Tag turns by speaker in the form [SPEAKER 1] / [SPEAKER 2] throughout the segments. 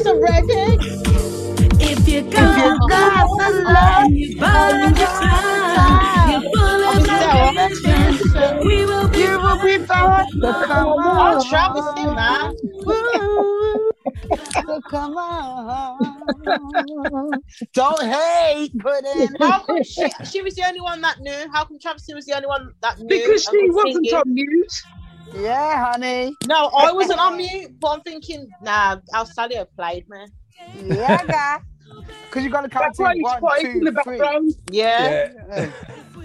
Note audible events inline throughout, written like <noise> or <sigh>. [SPEAKER 1] reggae.
[SPEAKER 2] If you
[SPEAKER 1] If you
[SPEAKER 2] got
[SPEAKER 1] got
[SPEAKER 2] the
[SPEAKER 1] the
[SPEAKER 2] love,
[SPEAKER 1] love,
[SPEAKER 2] you burn the time, you full of
[SPEAKER 1] It's our
[SPEAKER 2] ambition.
[SPEAKER 1] ambition.
[SPEAKER 2] We will be
[SPEAKER 1] You will be found to come
[SPEAKER 3] Oh,
[SPEAKER 1] on.
[SPEAKER 3] Travis Scott, man.
[SPEAKER 1] So come on. Don't hate, put in.
[SPEAKER 4] <laughs>
[SPEAKER 3] How come she, she was the only one that knew? How come Travis was the only one that knew?
[SPEAKER 4] Because
[SPEAKER 3] and
[SPEAKER 4] she
[SPEAKER 3] was
[SPEAKER 4] wasn't
[SPEAKER 3] singing?
[SPEAKER 4] on mute.
[SPEAKER 1] Yeah, honey.
[SPEAKER 3] No,
[SPEAKER 4] <laughs>
[SPEAKER 3] I wasn't on mute, but I'm thinking, nah, Al Salio played, man.
[SPEAKER 4] <laughs>
[SPEAKER 1] Yeah, guy. Because you got to count
[SPEAKER 4] That's why
[SPEAKER 1] to
[SPEAKER 4] he's
[SPEAKER 1] one,
[SPEAKER 4] quiet in
[SPEAKER 1] two,
[SPEAKER 4] the
[SPEAKER 1] three.
[SPEAKER 5] <laughs>
[SPEAKER 4] background.
[SPEAKER 3] Yeah,
[SPEAKER 1] Yeah. Oh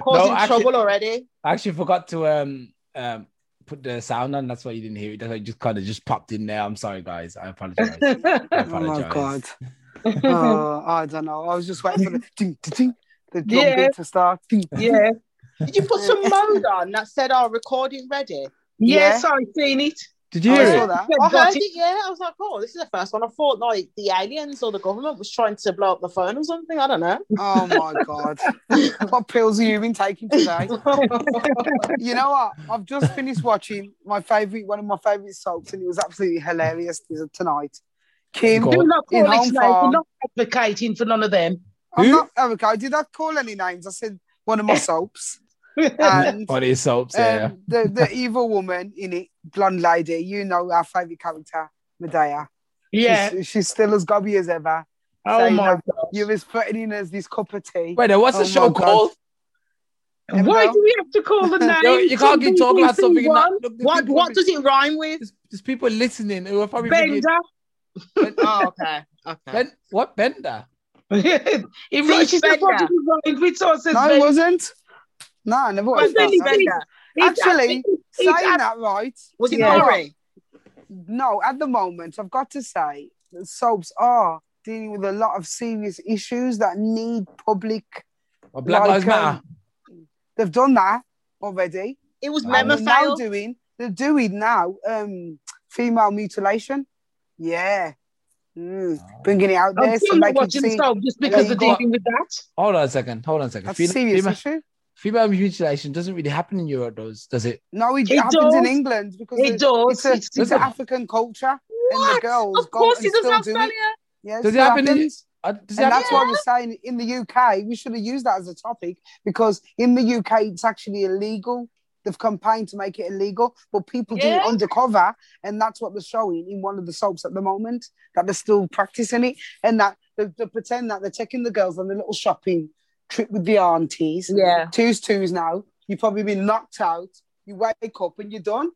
[SPEAKER 3] causing
[SPEAKER 5] No, actually-
[SPEAKER 3] trouble already.
[SPEAKER 5] I actually forgot to um um put the sound on. That's why you didn't hear it. That's why it just kind of just popped in there. I'm sorry, guys. I
[SPEAKER 1] <laughs>
[SPEAKER 5] apologize. I
[SPEAKER 1] Oh my
[SPEAKER 5] apologize.
[SPEAKER 1] god.
[SPEAKER 4] <laughs>
[SPEAKER 1] oh, I don't know. I was just waiting for the ding, ding, ding, the drum
[SPEAKER 4] Yeah.
[SPEAKER 1] beat to start. Ding.
[SPEAKER 4] Yeah.
[SPEAKER 3] Did you put
[SPEAKER 4] <laughs>
[SPEAKER 3] some mode on that said, "Our recording ready"?
[SPEAKER 4] Yes, I seen it.
[SPEAKER 5] Did you
[SPEAKER 1] I
[SPEAKER 5] hear
[SPEAKER 1] saw
[SPEAKER 5] it?
[SPEAKER 1] that.
[SPEAKER 4] Yeah,
[SPEAKER 3] I
[SPEAKER 4] got
[SPEAKER 3] heard
[SPEAKER 4] it.
[SPEAKER 3] it. Yeah, I was like, "Oh, this is the first one." I thought like the aliens or the government was trying to blow up the phone or something. I don't know.
[SPEAKER 1] Oh my
[SPEAKER 4] <laughs>
[SPEAKER 1] god. what pills have you been taking today? you know what? I've just finished watching my favorite one of my favorite soaps, and it was absolutely hilarious this- tonight. Kim.
[SPEAKER 5] Go
[SPEAKER 4] Do not
[SPEAKER 1] In
[SPEAKER 4] call it
[SPEAKER 1] Hong
[SPEAKER 4] names.
[SPEAKER 1] Kong.
[SPEAKER 4] We're not advocating for none of them.
[SPEAKER 1] I'm
[SPEAKER 5] Who?
[SPEAKER 1] not oh, okay. I did not call any names. I said one of my
[SPEAKER 4] <laughs>
[SPEAKER 1] soaps. And
[SPEAKER 5] What is Oh, soaps? yeah.
[SPEAKER 1] um, the, the evil woman in it, blonde lady, you know our favorite character, Medea.
[SPEAKER 4] Yeah.
[SPEAKER 1] She's, she's still as gobby as ever.
[SPEAKER 4] Oh
[SPEAKER 1] saying
[SPEAKER 4] my
[SPEAKER 1] that You're as threatening as this cup of tea.
[SPEAKER 5] Wait, now, what's
[SPEAKER 1] oh
[SPEAKER 5] the
[SPEAKER 1] my
[SPEAKER 5] show
[SPEAKER 1] God.
[SPEAKER 5] called?
[SPEAKER 4] god. Why do we have to call the
[SPEAKER 1] <laughs>
[SPEAKER 4] name?
[SPEAKER 5] Yo, you can't keep talking about something. and
[SPEAKER 4] One,
[SPEAKER 5] Not, look, there's
[SPEAKER 3] What
[SPEAKER 5] people-
[SPEAKER 3] What does it rhyme
[SPEAKER 1] <laughs>
[SPEAKER 3] with?
[SPEAKER 5] There's, there's people listening who are probably thinking,
[SPEAKER 4] Bender.
[SPEAKER 3] Oh, okay, okay.
[SPEAKER 5] ben, what Bender?
[SPEAKER 4] <laughs> it reaches
[SPEAKER 3] Bender.
[SPEAKER 4] the bottom of the mind. We saw it says
[SPEAKER 1] No, it
[SPEAKER 4] Bender.
[SPEAKER 1] wasn't. No, I never
[SPEAKER 4] Well,
[SPEAKER 1] watched
[SPEAKER 4] then
[SPEAKER 1] that.
[SPEAKER 4] he
[SPEAKER 1] No.
[SPEAKER 4] did. It's
[SPEAKER 1] Actually,
[SPEAKER 4] he's
[SPEAKER 1] saying
[SPEAKER 4] ab-
[SPEAKER 1] that right,
[SPEAKER 3] Was it
[SPEAKER 1] Yeah.
[SPEAKER 3] Mari?
[SPEAKER 1] no, at the moment, I've got to say that soaps are dealing with a lot of serious issues that need public.
[SPEAKER 5] Or Black
[SPEAKER 1] Like,
[SPEAKER 5] Lives Matter?
[SPEAKER 1] um, They've done that already.
[SPEAKER 3] It was
[SPEAKER 5] Oh.
[SPEAKER 1] And
[SPEAKER 3] Memo
[SPEAKER 1] they're now
[SPEAKER 3] Fail.
[SPEAKER 1] doing, they're doing now um, female mutilation. Yeah. Mm.
[SPEAKER 5] Oh.
[SPEAKER 1] Bringing it out
[SPEAKER 4] I'm
[SPEAKER 1] there so
[SPEAKER 4] still
[SPEAKER 1] they
[SPEAKER 4] not
[SPEAKER 1] can
[SPEAKER 4] watching
[SPEAKER 1] see.
[SPEAKER 4] Soap just because
[SPEAKER 1] they
[SPEAKER 4] they're
[SPEAKER 1] got-
[SPEAKER 4] dealing with that.
[SPEAKER 5] Hold on a second. Hold on a second.
[SPEAKER 1] That's a
[SPEAKER 5] Female,
[SPEAKER 1] serious
[SPEAKER 5] female,
[SPEAKER 1] issue.
[SPEAKER 5] female mutilation doesn't really happen in Europe, does, does it?
[SPEAKER 1] No, it,
[SPEAKER 4] It
[SPEAKER 1] happens in
[SPEAKER 4] does.
[SPEAKER 1] England because
[SPEAKER 4] It
[SPEAKER 1] it's-
[SPEAKER 4] does.
[SPEAKER 1] it's,
[SPEAKER 4] It's-
[SPEAKER 1] a, it's
[SPEAKER 5] Doesn't
[SPEAKER 1] an
[SPEAKER 5] it?
[SPEAKER 1] African culture. And the
[SPEAKER 3] What?
[SPEAKER 1] girls
[SPEAKER 3] Of course, it
[SPEAKER 1] go and
[SPEAKER 3] does
[SPEAKER 1] still
[SPEAKER 3] have
[SPEAKER 1] do it.
[SPEAKER 3] Australia.
[SPEAKER 1] Yeah, it
[SPEAKER 5] Does it
[SPEAKER 1] still
[SPEAKER 5] happen in-
[SPEAKER 1] happens.
[SPEAKER 5] Uh, does it
[SPEAKER 1] And
[SPEAKER 5] happen?
[SPEAKER 1] that's why we're saying in the UK, we should have used that as a topic because in the UK, it's actually illegal. They've campaigned to make it illegal, but people do it
[SPEAKER 3] Yeah.
[SPEAKER 1] undercover. And that's what they're showing in one of the soaps at the moment that they're still practicing it. And that they, they pretend that they're taking the girls on a little shopping trip with the aunties.
[SPEAKER 3] Yeah.
[SPEAKER 1] Two's twos now. You've probably been knocked out. You wake up and you're done.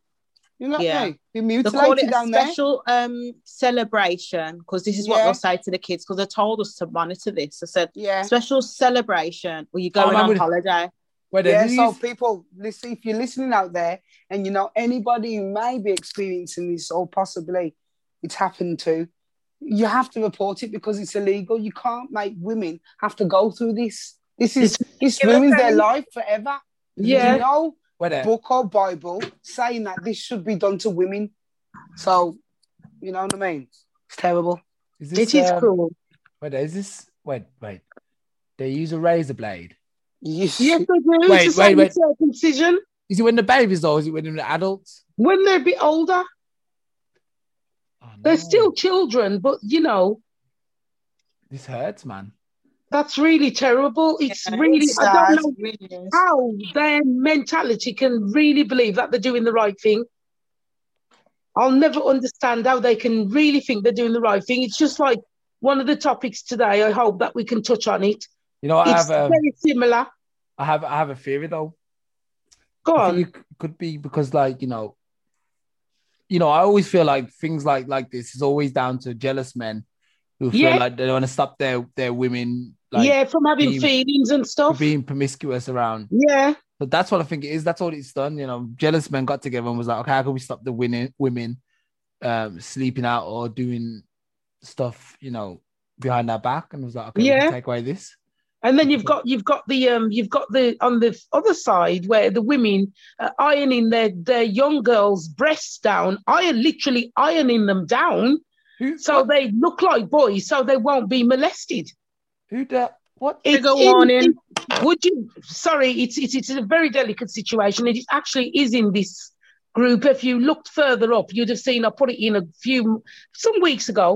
[SPEAKER 1] You're not
[SPEAKER 3] Yeah.
[SPEAKER 1] me. You're
[SPEAKER 3] They call
[SPEAKER 1] mutilated
[SPEAKER 3] it a
[SPEAKER 1] down there.
[SPEAKER 3] special um celebration because this is what
[SPEAKER 1] Yeah.
[SPEAKER 3] they'll say to the kids because they told us to monitor this. I said
[SPEAKER 1] Yeah.
[SPEAKER 3] special celebration where you're
[SPEAKER 5] Oh,
[SPEAKER 3] going
[SPEAKER 5] man,
[SPEAKER 3] on
[SPEAKER 5] would-
[SPEAKER 3] holiday.
[SPEAKER 5] Wait,
[SPEAKER 1] Yeah,
[SPEAKER 5] yeah,
[SPEAKER 1] so people, listen, if you're listening out there and you know anybody who may be experiencing this or possibly it's happened to, you have to report it because it's illegal. You can't make women have to go through this. This is this ruins their life forever. There's
[SPEAKER 4] Yeah.
[SPEAKER 1] no
[SPEAKER 5] wait, a-
[SPEAKER 1] book or Bible saying that this should be done to women. So you know what I mean? It's terrible.
[SPEAKER 5] is
[SPEAKER 4] It
[SPEAKER 5] this,
[SPEAKER 4] is
[SPEAKER 5] um,
[SPEAKER 4] cool.
[SPEAKER 5] Wait, is this? Wait, wait. They use a razor blade.
[SPEAKER 1] Yes.
[SPEAKER 4] Yes, they do.
[SPEAKER 5] Wait,
[SPEAKER 4] Mm-hmm. It's the
[SPEAKER 5] wait,
[SPEAKER 4] same
[SPEAKER 5] wait.
[SPEAKER 4] Circumcision.
[SPEAKER 5] Is it when the babies though? Is it when the adults?
[SPEAKER 4] When they're a bit older,
[SPEAKER 5] Oh,
[SPEAKER 4] they're
[SPEAKER 5] no.
[SPEAKER 4] still children, but you know,
[SPEAKER 5] This hurts, man.
[SPEAKER 4] that's really terrible. It's
[SPEAKER 3] Yeah,
[SPEAKER 4] really,
[SPEAKER 3] it's
[SPEAKER 4] I
[SPEAKER 3] sad.
[SPEAKER 4] don't know
[SPEAKER 3] It really is.
[SPEAKER 4] how their mentality can really believe that they're doing the right thing. I'll never understand how they can really think they're doing the right thing. It's just like one of the topics today. I hope that we can touch on it.
[SPEAKER 5] You know, I
[SPEAKER 4] it's
[SPEAKER 5] have, um,
[SPEAKER 4] very similar.
[SPEAKER 5] I have, I have a theory though.
[SPEAKER 4] Go
[SPEAKER 5] I
[SPEAKER 4] on.
[SPEAKER 5] think it c- could be because, like, you know, you know, I always feel like things like like this is always down to jealous men who feel
[SPEAKER 4] Yeah.
[SPEAKER 5] like they want to stop their their women like
[SPEAKER 4] yeah, from having
[SPEAKER 5] being-
[SPEAKER 4] feelings and stuff.
[SPEAKER 5] being promiscuous around.
[SPEAKER 4] yeah,
[SPEAKER 5] But that's what I think it is. That's all it's done. You know, jealous men got together and was like, okay, how can we stop the winning women um, sleeping out or doing stuff, you know, behind their back? And was like, okay, we
[SPEAKER 4] Yeah.
[SPEAKER 5] can take away this.
[SPEAKER 4] and then you've got you've got the um you've got the on the other side where the women are ironing their their young girls' breasts down, iron literally ironing them down
[SPEAKER 5] Who,
[SPEAKER 4] so they look like boys, so they won't be molested.
[SPEAKER 5] who the what?
[SPEAKER 4] It's
[SPEAKER 3] Trigger warning.
[SPEAKER 4] it- would you? Sorry, it's, it's it's a very delicate situation. It is- actually is in this group, if you looked further up, you'd have seen I put it in a few some weeks ago.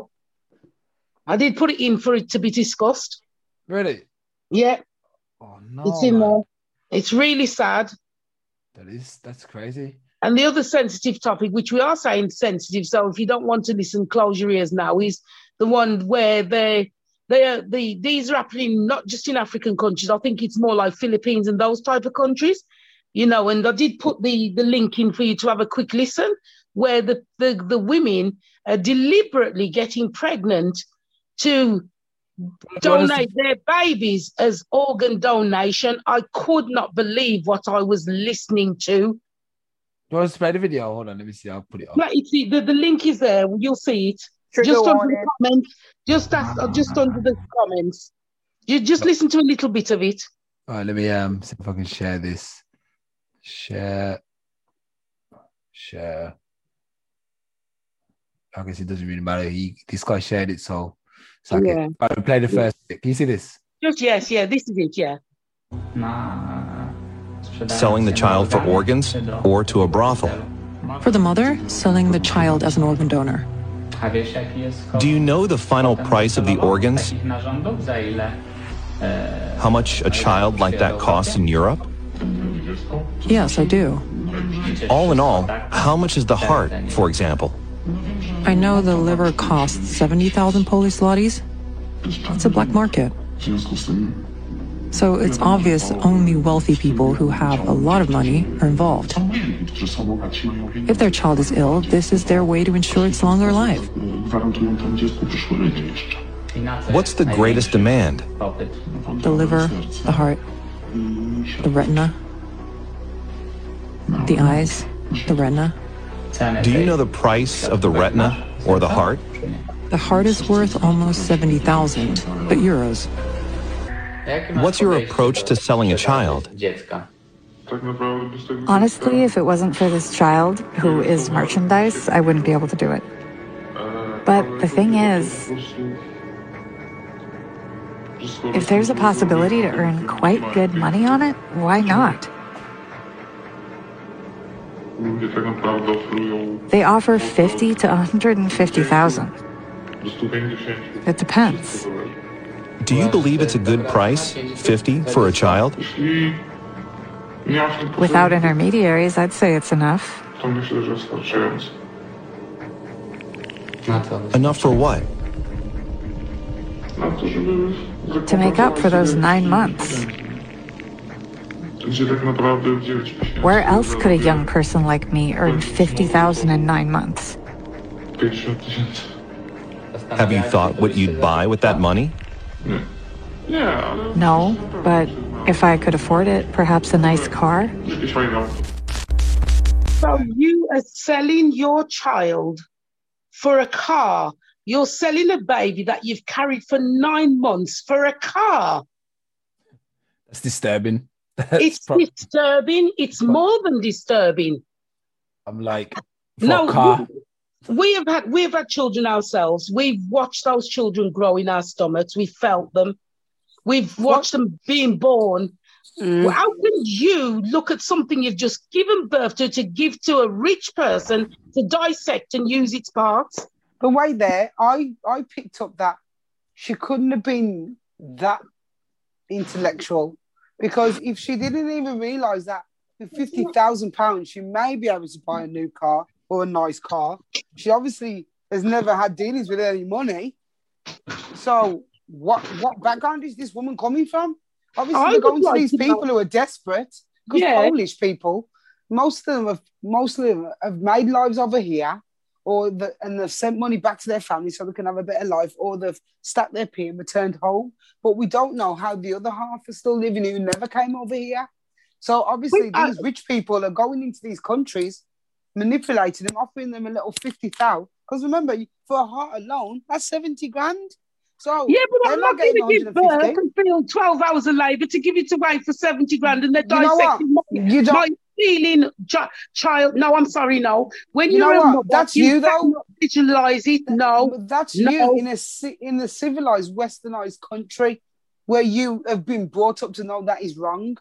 [SPEAKER 4] I did put it in for it to be discussed.
[SPEAKER 5] Really?
[SPEAKER 4] Yeah,
[SPEAKER 5] Oh no.
[SPEAKER 4] it's in
[SPEAKER 5] man.
[SPEAKER 4] there. It's really sad.
[SPEAKER 5] That is that's crazy.
[SPEAKER 4] And the other sensitive topic, which we are saying sensitive, so if you don't want to listen, close your ears now, is the one where they they are the these are happening not just in African countries. I think it's more like Philippines and those type of countries, you know. And I did put the the link in for you to have a quick listen, where the the, the women are deliberately getting pregnant to donate their babies as organ donation. I could not believe what I was listening to.
[SPEAKER 5] Do you want us to play the video? Hold on, let me see. I'll put it up.
[SPEAKER 4] No, it's the, the, the link is there. You'll see it.
[SPEAKER 6] Trigger
[SPEAKER 4] just under
[SPEAKER 6] warning.
[SPEAKER 4] the comments. Just as, uh, just under the comments. You just listen to a little bit of it.
[SPEAKER 5] All right, let me um see if I can share this. Share. Share. I guess it doesn't really matter. He this guy shared it, so so I
[SPEAKER 4] Yeah.
[SPEAKER 5] can All right, play the first bit. Can you see this?
[SPEAKER 4] Just yes, yeah. This is it. Yeah.
[SPEAKER 7] Selling the child for organs or to a brothel.
[SPEAKER 8] For the mother, selling the child as an organ donor.
[SPEAKER 7] Do you know the final price of the organs? How much a child like that costs in Europe?
[SPEAKER 8] Yes, I do.
[SPEAKER 7] All in all, how much is the heart, for example?
[SPEAKER 8] I know the liver costs 70,000 Polish zlotys. It's a black market. So it's obvious only wealthy people who have a lot of money are involved. If their child is ill, this is their way to ensure its longer life.
[SPEAKER 7] What's the greatest demand?
[SPEAKER 8] The liver, the heart, the retina, the eyes, the retina.
[SPEAKER 7] Do you know the price of the retina or the heart?
[SPEAKER 8] The heart is worth almost 70,000, but euros.
[SPEAKER 7] What's your approach to selling a child?
[SPEAKER 9] Honestly, if it wasn't for this child who is merchandise, I wouldn't be able to do it. But the thing is, if there's a possibility to earn quite good money on it, why not? They offer 50 to 150,000. It depends.
[SPEAKER 7] Do you believe it's a good price, 50 for a child?
[SPEAKER 9] Without intermediaries, I'd say it's enough.
[SPEAKER 7] Enough for what?
[SPEAKER 9] to make up for those nine months. Where else could a young person like me earn 50,000 in nine months?
[SPEAKER 7] Have you thought what you'd buy with that money?
[SPEAKER 9] No, but if I could afford it, perhaps a nice car.
[SPEAKER 4] So you are selling your child for a car. You're selling a baby that you've carried for nine months for a car.
[SPEAKER 5] That's disturbing. <laughs>
[SPEAKER 4] It's
[SPEAKER 5] prob-
[SPEAKER 4] disturbing. It's more than disturbing.
[SPEAKER 5] I'm like for
[SPEAKER 4] No,
[SPEAKER 5] a car.
[SPEAKER 4] We, we have had we have had children ourselves. We've watched those children grow in our stomachs. We felt them. We've watched them being born. Well, How can you look at something you've just given birth to to give to a rich person to dissect and use its parts?
[SPEAKER 1] But wait there, I, I picked up that she couldn't have been that intellectual because if she didn't even realize that with fifty thousand pounds she may be able to buy a new car or a nice car, she obviously has never had dealings with any money. So what what background is this woman coming from? Obviously,
[SPEAKER 4] I
[SPEAKER 1] we're
[SPEAKER 4] would
[SPEAKER 1] going to
[SPEAKER 4] like
[SPEAKER 1] these
[SPEAKER 4] to know-
[SPEAKER 1] people who are desperate because
[SPEAKER 4] Yeah.
[SPEAKER 1] Polish people, most of them have most of them have made lives over here, or the, and they've sent money back to their family so they can have a better life, or they've stacked their pay and returned home. But we don't know how the other half are still living who never came over here. So obviously,
[SPEAKER 4] Wait, I-
[SPEAKER 1] these rich people are going into these countries, manipulating them, offering them a little fifty thousand. Because remember, for a heart alone, that's seventy grand. So
[SPEAKER 4] Yeah, but I'm
[SPEAKER 1] They're not
[SPEAKER 4] not going to
[SPEAKER 1] getting
[SPEAKER 4] give
[SPEAKER 1] 150.
[SPEAKER 4] birth and feel 12 hours of labor to give it away for 70 grand and they're
[SPEAKER 1] You know what?
[SPEAKER 4] dissecting my,
[SPEAKER 1] you don't.
[SPEAKER 4] my feeling chi- child. No, I'm sorry, no. When
[SPEAKER 1] You
[SPEAKER 4] you're
[SPEAKER 1] know
[SPEAKER 4] a
[SPEAKER 1] what?
[SPEAKER 4] mother,
[SPEAKER 1] That's you, though.
[SPEAKER 4] cannot Visualize it. No,
[SPEAKER 1] But that's
[SPEAKER 4] No.
[SPEAKER 1] you in a ci- in a civilized, westernized country where you have been brought up to know that is wrong.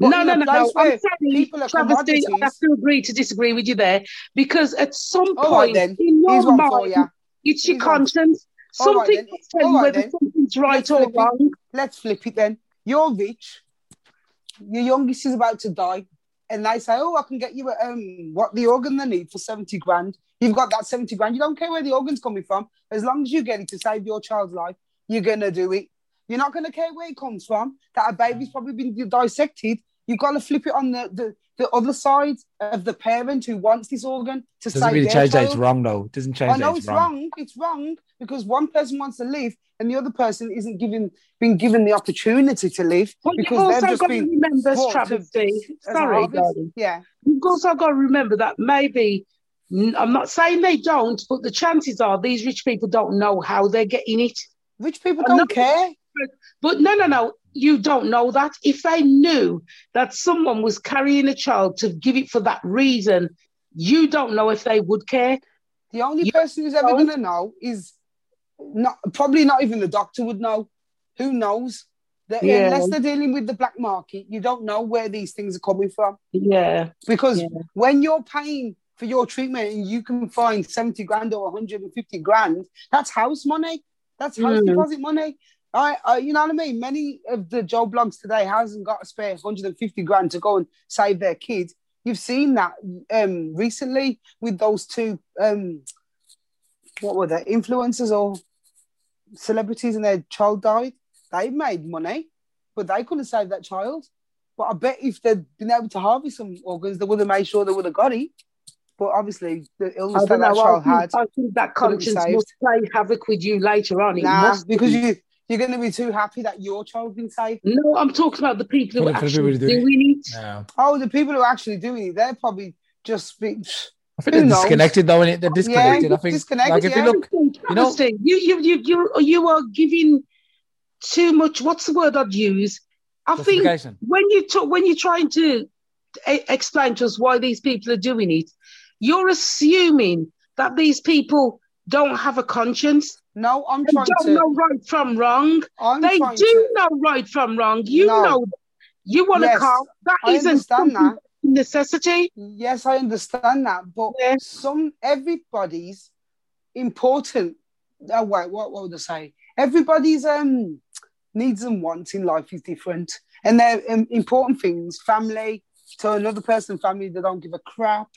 [SPEAKER 1] But
[SPEAKER 4] no,
[SPEAKER 1] in
[SPEAKER 4] no,
[SPEAKER 1] a
[SPEAKER 4] no,
[SPEAKER 1] place
[SPEAKER 4] no.
[SPEAKER 1] where
[SPEAKER 4] I'm sorry,
[SPEAKER 1] people are
[SPEAKER 4] travesty. I have
[SPEAKER 1] commodities-
[SPEAKER 4] to agree to disagree with you there because at some
[SPEAKER 1] All
[SPEAKER 4] point
[SPEAKER 1] right then.
[SPEAKER 4] in your
[SPEAKER 1] Here's one for
[SPEAKER 4] mind,
[SPEAKER 1] ya.
[SPEAKER 4] it's your
[SPEAKER 1] Here's one.
[SPEAKER 4] conscience.
[SPEAKER 1] All right
[SPEAKER 4] Something
[SPEAKER 1] then.
[SPEAKER 4] will tell
[SPEAKER 1] All
[SPEAKER 4] you
[SPEAKER 1] right
[SPEAKER 4] whether
[SPEAKER 1] then.
[SPEAKER 4] something's right
[SPEAKER 1] Let's
[SPEAKER 4] or
[SPEAKER 1] flip it.
[SPEAKER 4] wrong.
[SPEAKER 1] Let's flip it then. You're rich. Your youngest is about to die, and they say, "Oh, I can get you a, um what the organ they need for seventy grand." You've got that seventy grand. You don't care where the organ's coming from, as long as you get it to save your child's life, you're gonna do it. You're not gonna care where it comes from. That a baby's probably been dissected. You've got to flip it on the, the, the other side of the parent who wants this organ to
[SPEAKER 5] Doesn't
[SPEAKER 1] save
[SPEAKER 5] really
[SPEAKER 1] their
[SPEAKER 5] change that
[SPEAKER 1] child.
[SPEAKER 5] it's wrong though. Doesn't change
[SPEAKER 1] I know
[SPEAKER 5] that
[SPEAKER 1] it's wrong. It's wrong because one person wants to live and the other person isn't given been given the opportunity to live
[SPEAKER 4] But you've
[SPEAKER 1] because
[SPEAKER 4] also
[SPEAKER 1] they've
[SPEAKER 4] got
[SPEAKER 1] just
[SPEAKER 4] to
[SPEAKER 1] been
[SPEAKER 4] remember,
[SPEAKER 1] brought to-
[SPEAKER 4] travesty.
[SPEAKER 1] as
[SPEAKER 4] Sorry,
[SPEAKER 1] harvest.
[SPEAKER 4] darling.
[SPEAKER 1] Yeah,
[SPEAKER 4] You've also got to remember that maybe, n- I'm not saying they don't, but the chances are these rich people don't know how they're getting it.
[SPEAKER 1] rich people
[SPEAKER 4] I know-
[SPEAKER 1] don't care.
[SPEAKER 4] But no, no, no, you don't know that. If they knew that someone was carrying a child to give it for that reason, you don't know if they would care.
[SPEAKER 1] The only
[SPEAKER 4] You
[SPEAKER 1] person who's ever
[SPEAKER 4] don't.
[SPEAKER 1] going to know is not probably not even the doctor would know. Who knows? That,
[SPEAKER 4] Yeah.
[SPEAKER 1] Unless they're dealing with the black market, you don't know where these things are coming from.
[SPEAKER 4] Yeah.
[SPEAKER 1] Because
[SPEAKER 4] Yeah.
[SPEAKER 1] when you're paying for your treatment and you can find 70 grand or 150 grand, that's house money. That's house
[SPEAKER 4] Mm.
[SPEAKER 1] deposit money. I, I, you know what I mean? Many of the Joe blogs today hasn't got a spare 150 grand to go and save their kids. You've seen that um, recently with those two, um, what were they, influencers or celebrities and their child died. They made money, but they couldn't save that child. But I bet if they'd been able to harvest some organs, they would have made sure they would have got it. But obviously, the illness
[SPEAKER 4] I
[SPEAKER 1] that
[SPEAKER 4] don't
[SPEAKER 1] that
[SPEAKER 4] know. I
[SPEAKER 1] child had,
[SPEAKER 4] think, I think that
[SPEAKER 1] couldn't be
[SPEAKER 4] conscience
[SPEAKER 1] saved.
[SPEAKER 4] must play havoc with you later on. It
[SPEAKER 1] nah,
[SPEAKER 4] must
[SPEAKER 1] because
[SPEAKER 4] be.
[SPEAKER 1] you you're going to be too happy that your child's been saved.
[SPEAKER 4] No, I'm talking about the people who
[SPEAKER 5] For
[SPEAKER 4] are
[SPEAKER 5] the- for the
[SPEAKER 4] actually
[SPEAKER 5] people who do it.
[SPEAKER 4] doing it.
[SPEAKER 5] Yeah.
[SPEAKER 1] Oh, the people who are actually doing it, they're probably just be,
[SPEAKER 5] I think
[SPEAKER 1] Who
[SPEAKER 5] they're
[SPEAKER 1] knows?
[SPEAKER 5] disconnected though, innit? They're disconnected. I think
[SPEAKER 1] disconnected,
[SPEAKER 5] like if
[SPEAKER 1] yeah.
[SPEAKER 5] you look
[SPEAKER 4] You,
[SPEAKER 5] know-
[SPEAKER 4] you, you, you, you, you are giving too much. What's the word I'd use? I think
[SPEAKER 5] justification.
[SPEAKER 4] when you talk, when you're trying to e- explain to us why these people are doing it, you're assuming that these people don't have a conscience
[SPEAKER 1] no, I'm
[SPEAKER 4] and
[SPEAKER 1] trying
[SPEAKER 4] don't
[SPEAKER 1] to.
[SPEAKER 4] know right from wrong.
[SPEAKER 1] I'm
[SPEAKER 4] they
[SPEAKER 1] trying
[SPEAKER 4] do
[SPEAKER 1] to.
[SPEAKER 4] know right from wrong. You
[SPEAKER 1] No.
[SPEAKER 4] know, you want
[SPEAKER 1] Yes,
[SPEAKER 4] a car. That
[SPEAKER 1] I
[SPEAKER 4] isn't
[SPEAKER 1] understand
[SPEAKER 4] something-
[SPEAKER 1] that.
[SPEAKER 4] necessity.
[SPEAKER 1] Yes, I understand that, but
[SPEAKER 4] Yeah.
[SPEAKER 1] some everybody's important. Oh wait, what what would I say? Everybody's um needs and wants in life is different, and they're um, important things. Family to another person, family they don't give a crap.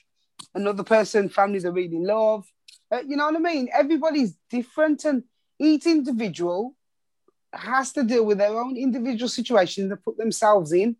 [SPEAKER 1] Another person, family they really love. Uh, you know what I mean? Everybody's different, and each individual has to deal with their own individual situation they put themselves in.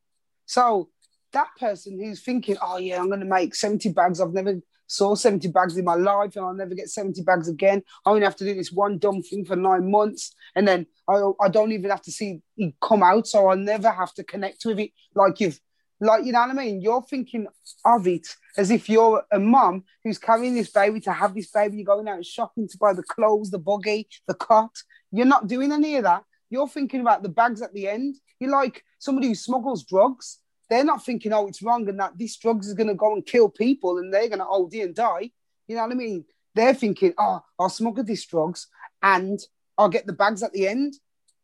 [SPEAKER 1] So that person who's thinking, oh yeah, I'm going to make 70 bags. I've never saw 70 bags in my life and I'll never get 70 bags again. I only have to do this one dumb thing for nine months and then I, I don't even have to see it come out. So I'll never have to connect with it like you've, like, you know what I mean? You're thinking of it as if you're a mum who's carrying this baby to have this baby. You're going out shopping to buy the clothes, the buggy, the cot. You're not doing any of that. You're thinking about the bags at the end. You're like somebody who smuggles drugs they're not thinking, oh, it's wrong and that this drugs is going to go and kill people and they're going to OD and die. You know what I mean? They're thinking, oh, I'll smuggle these drugs and I'll get the bags at the end.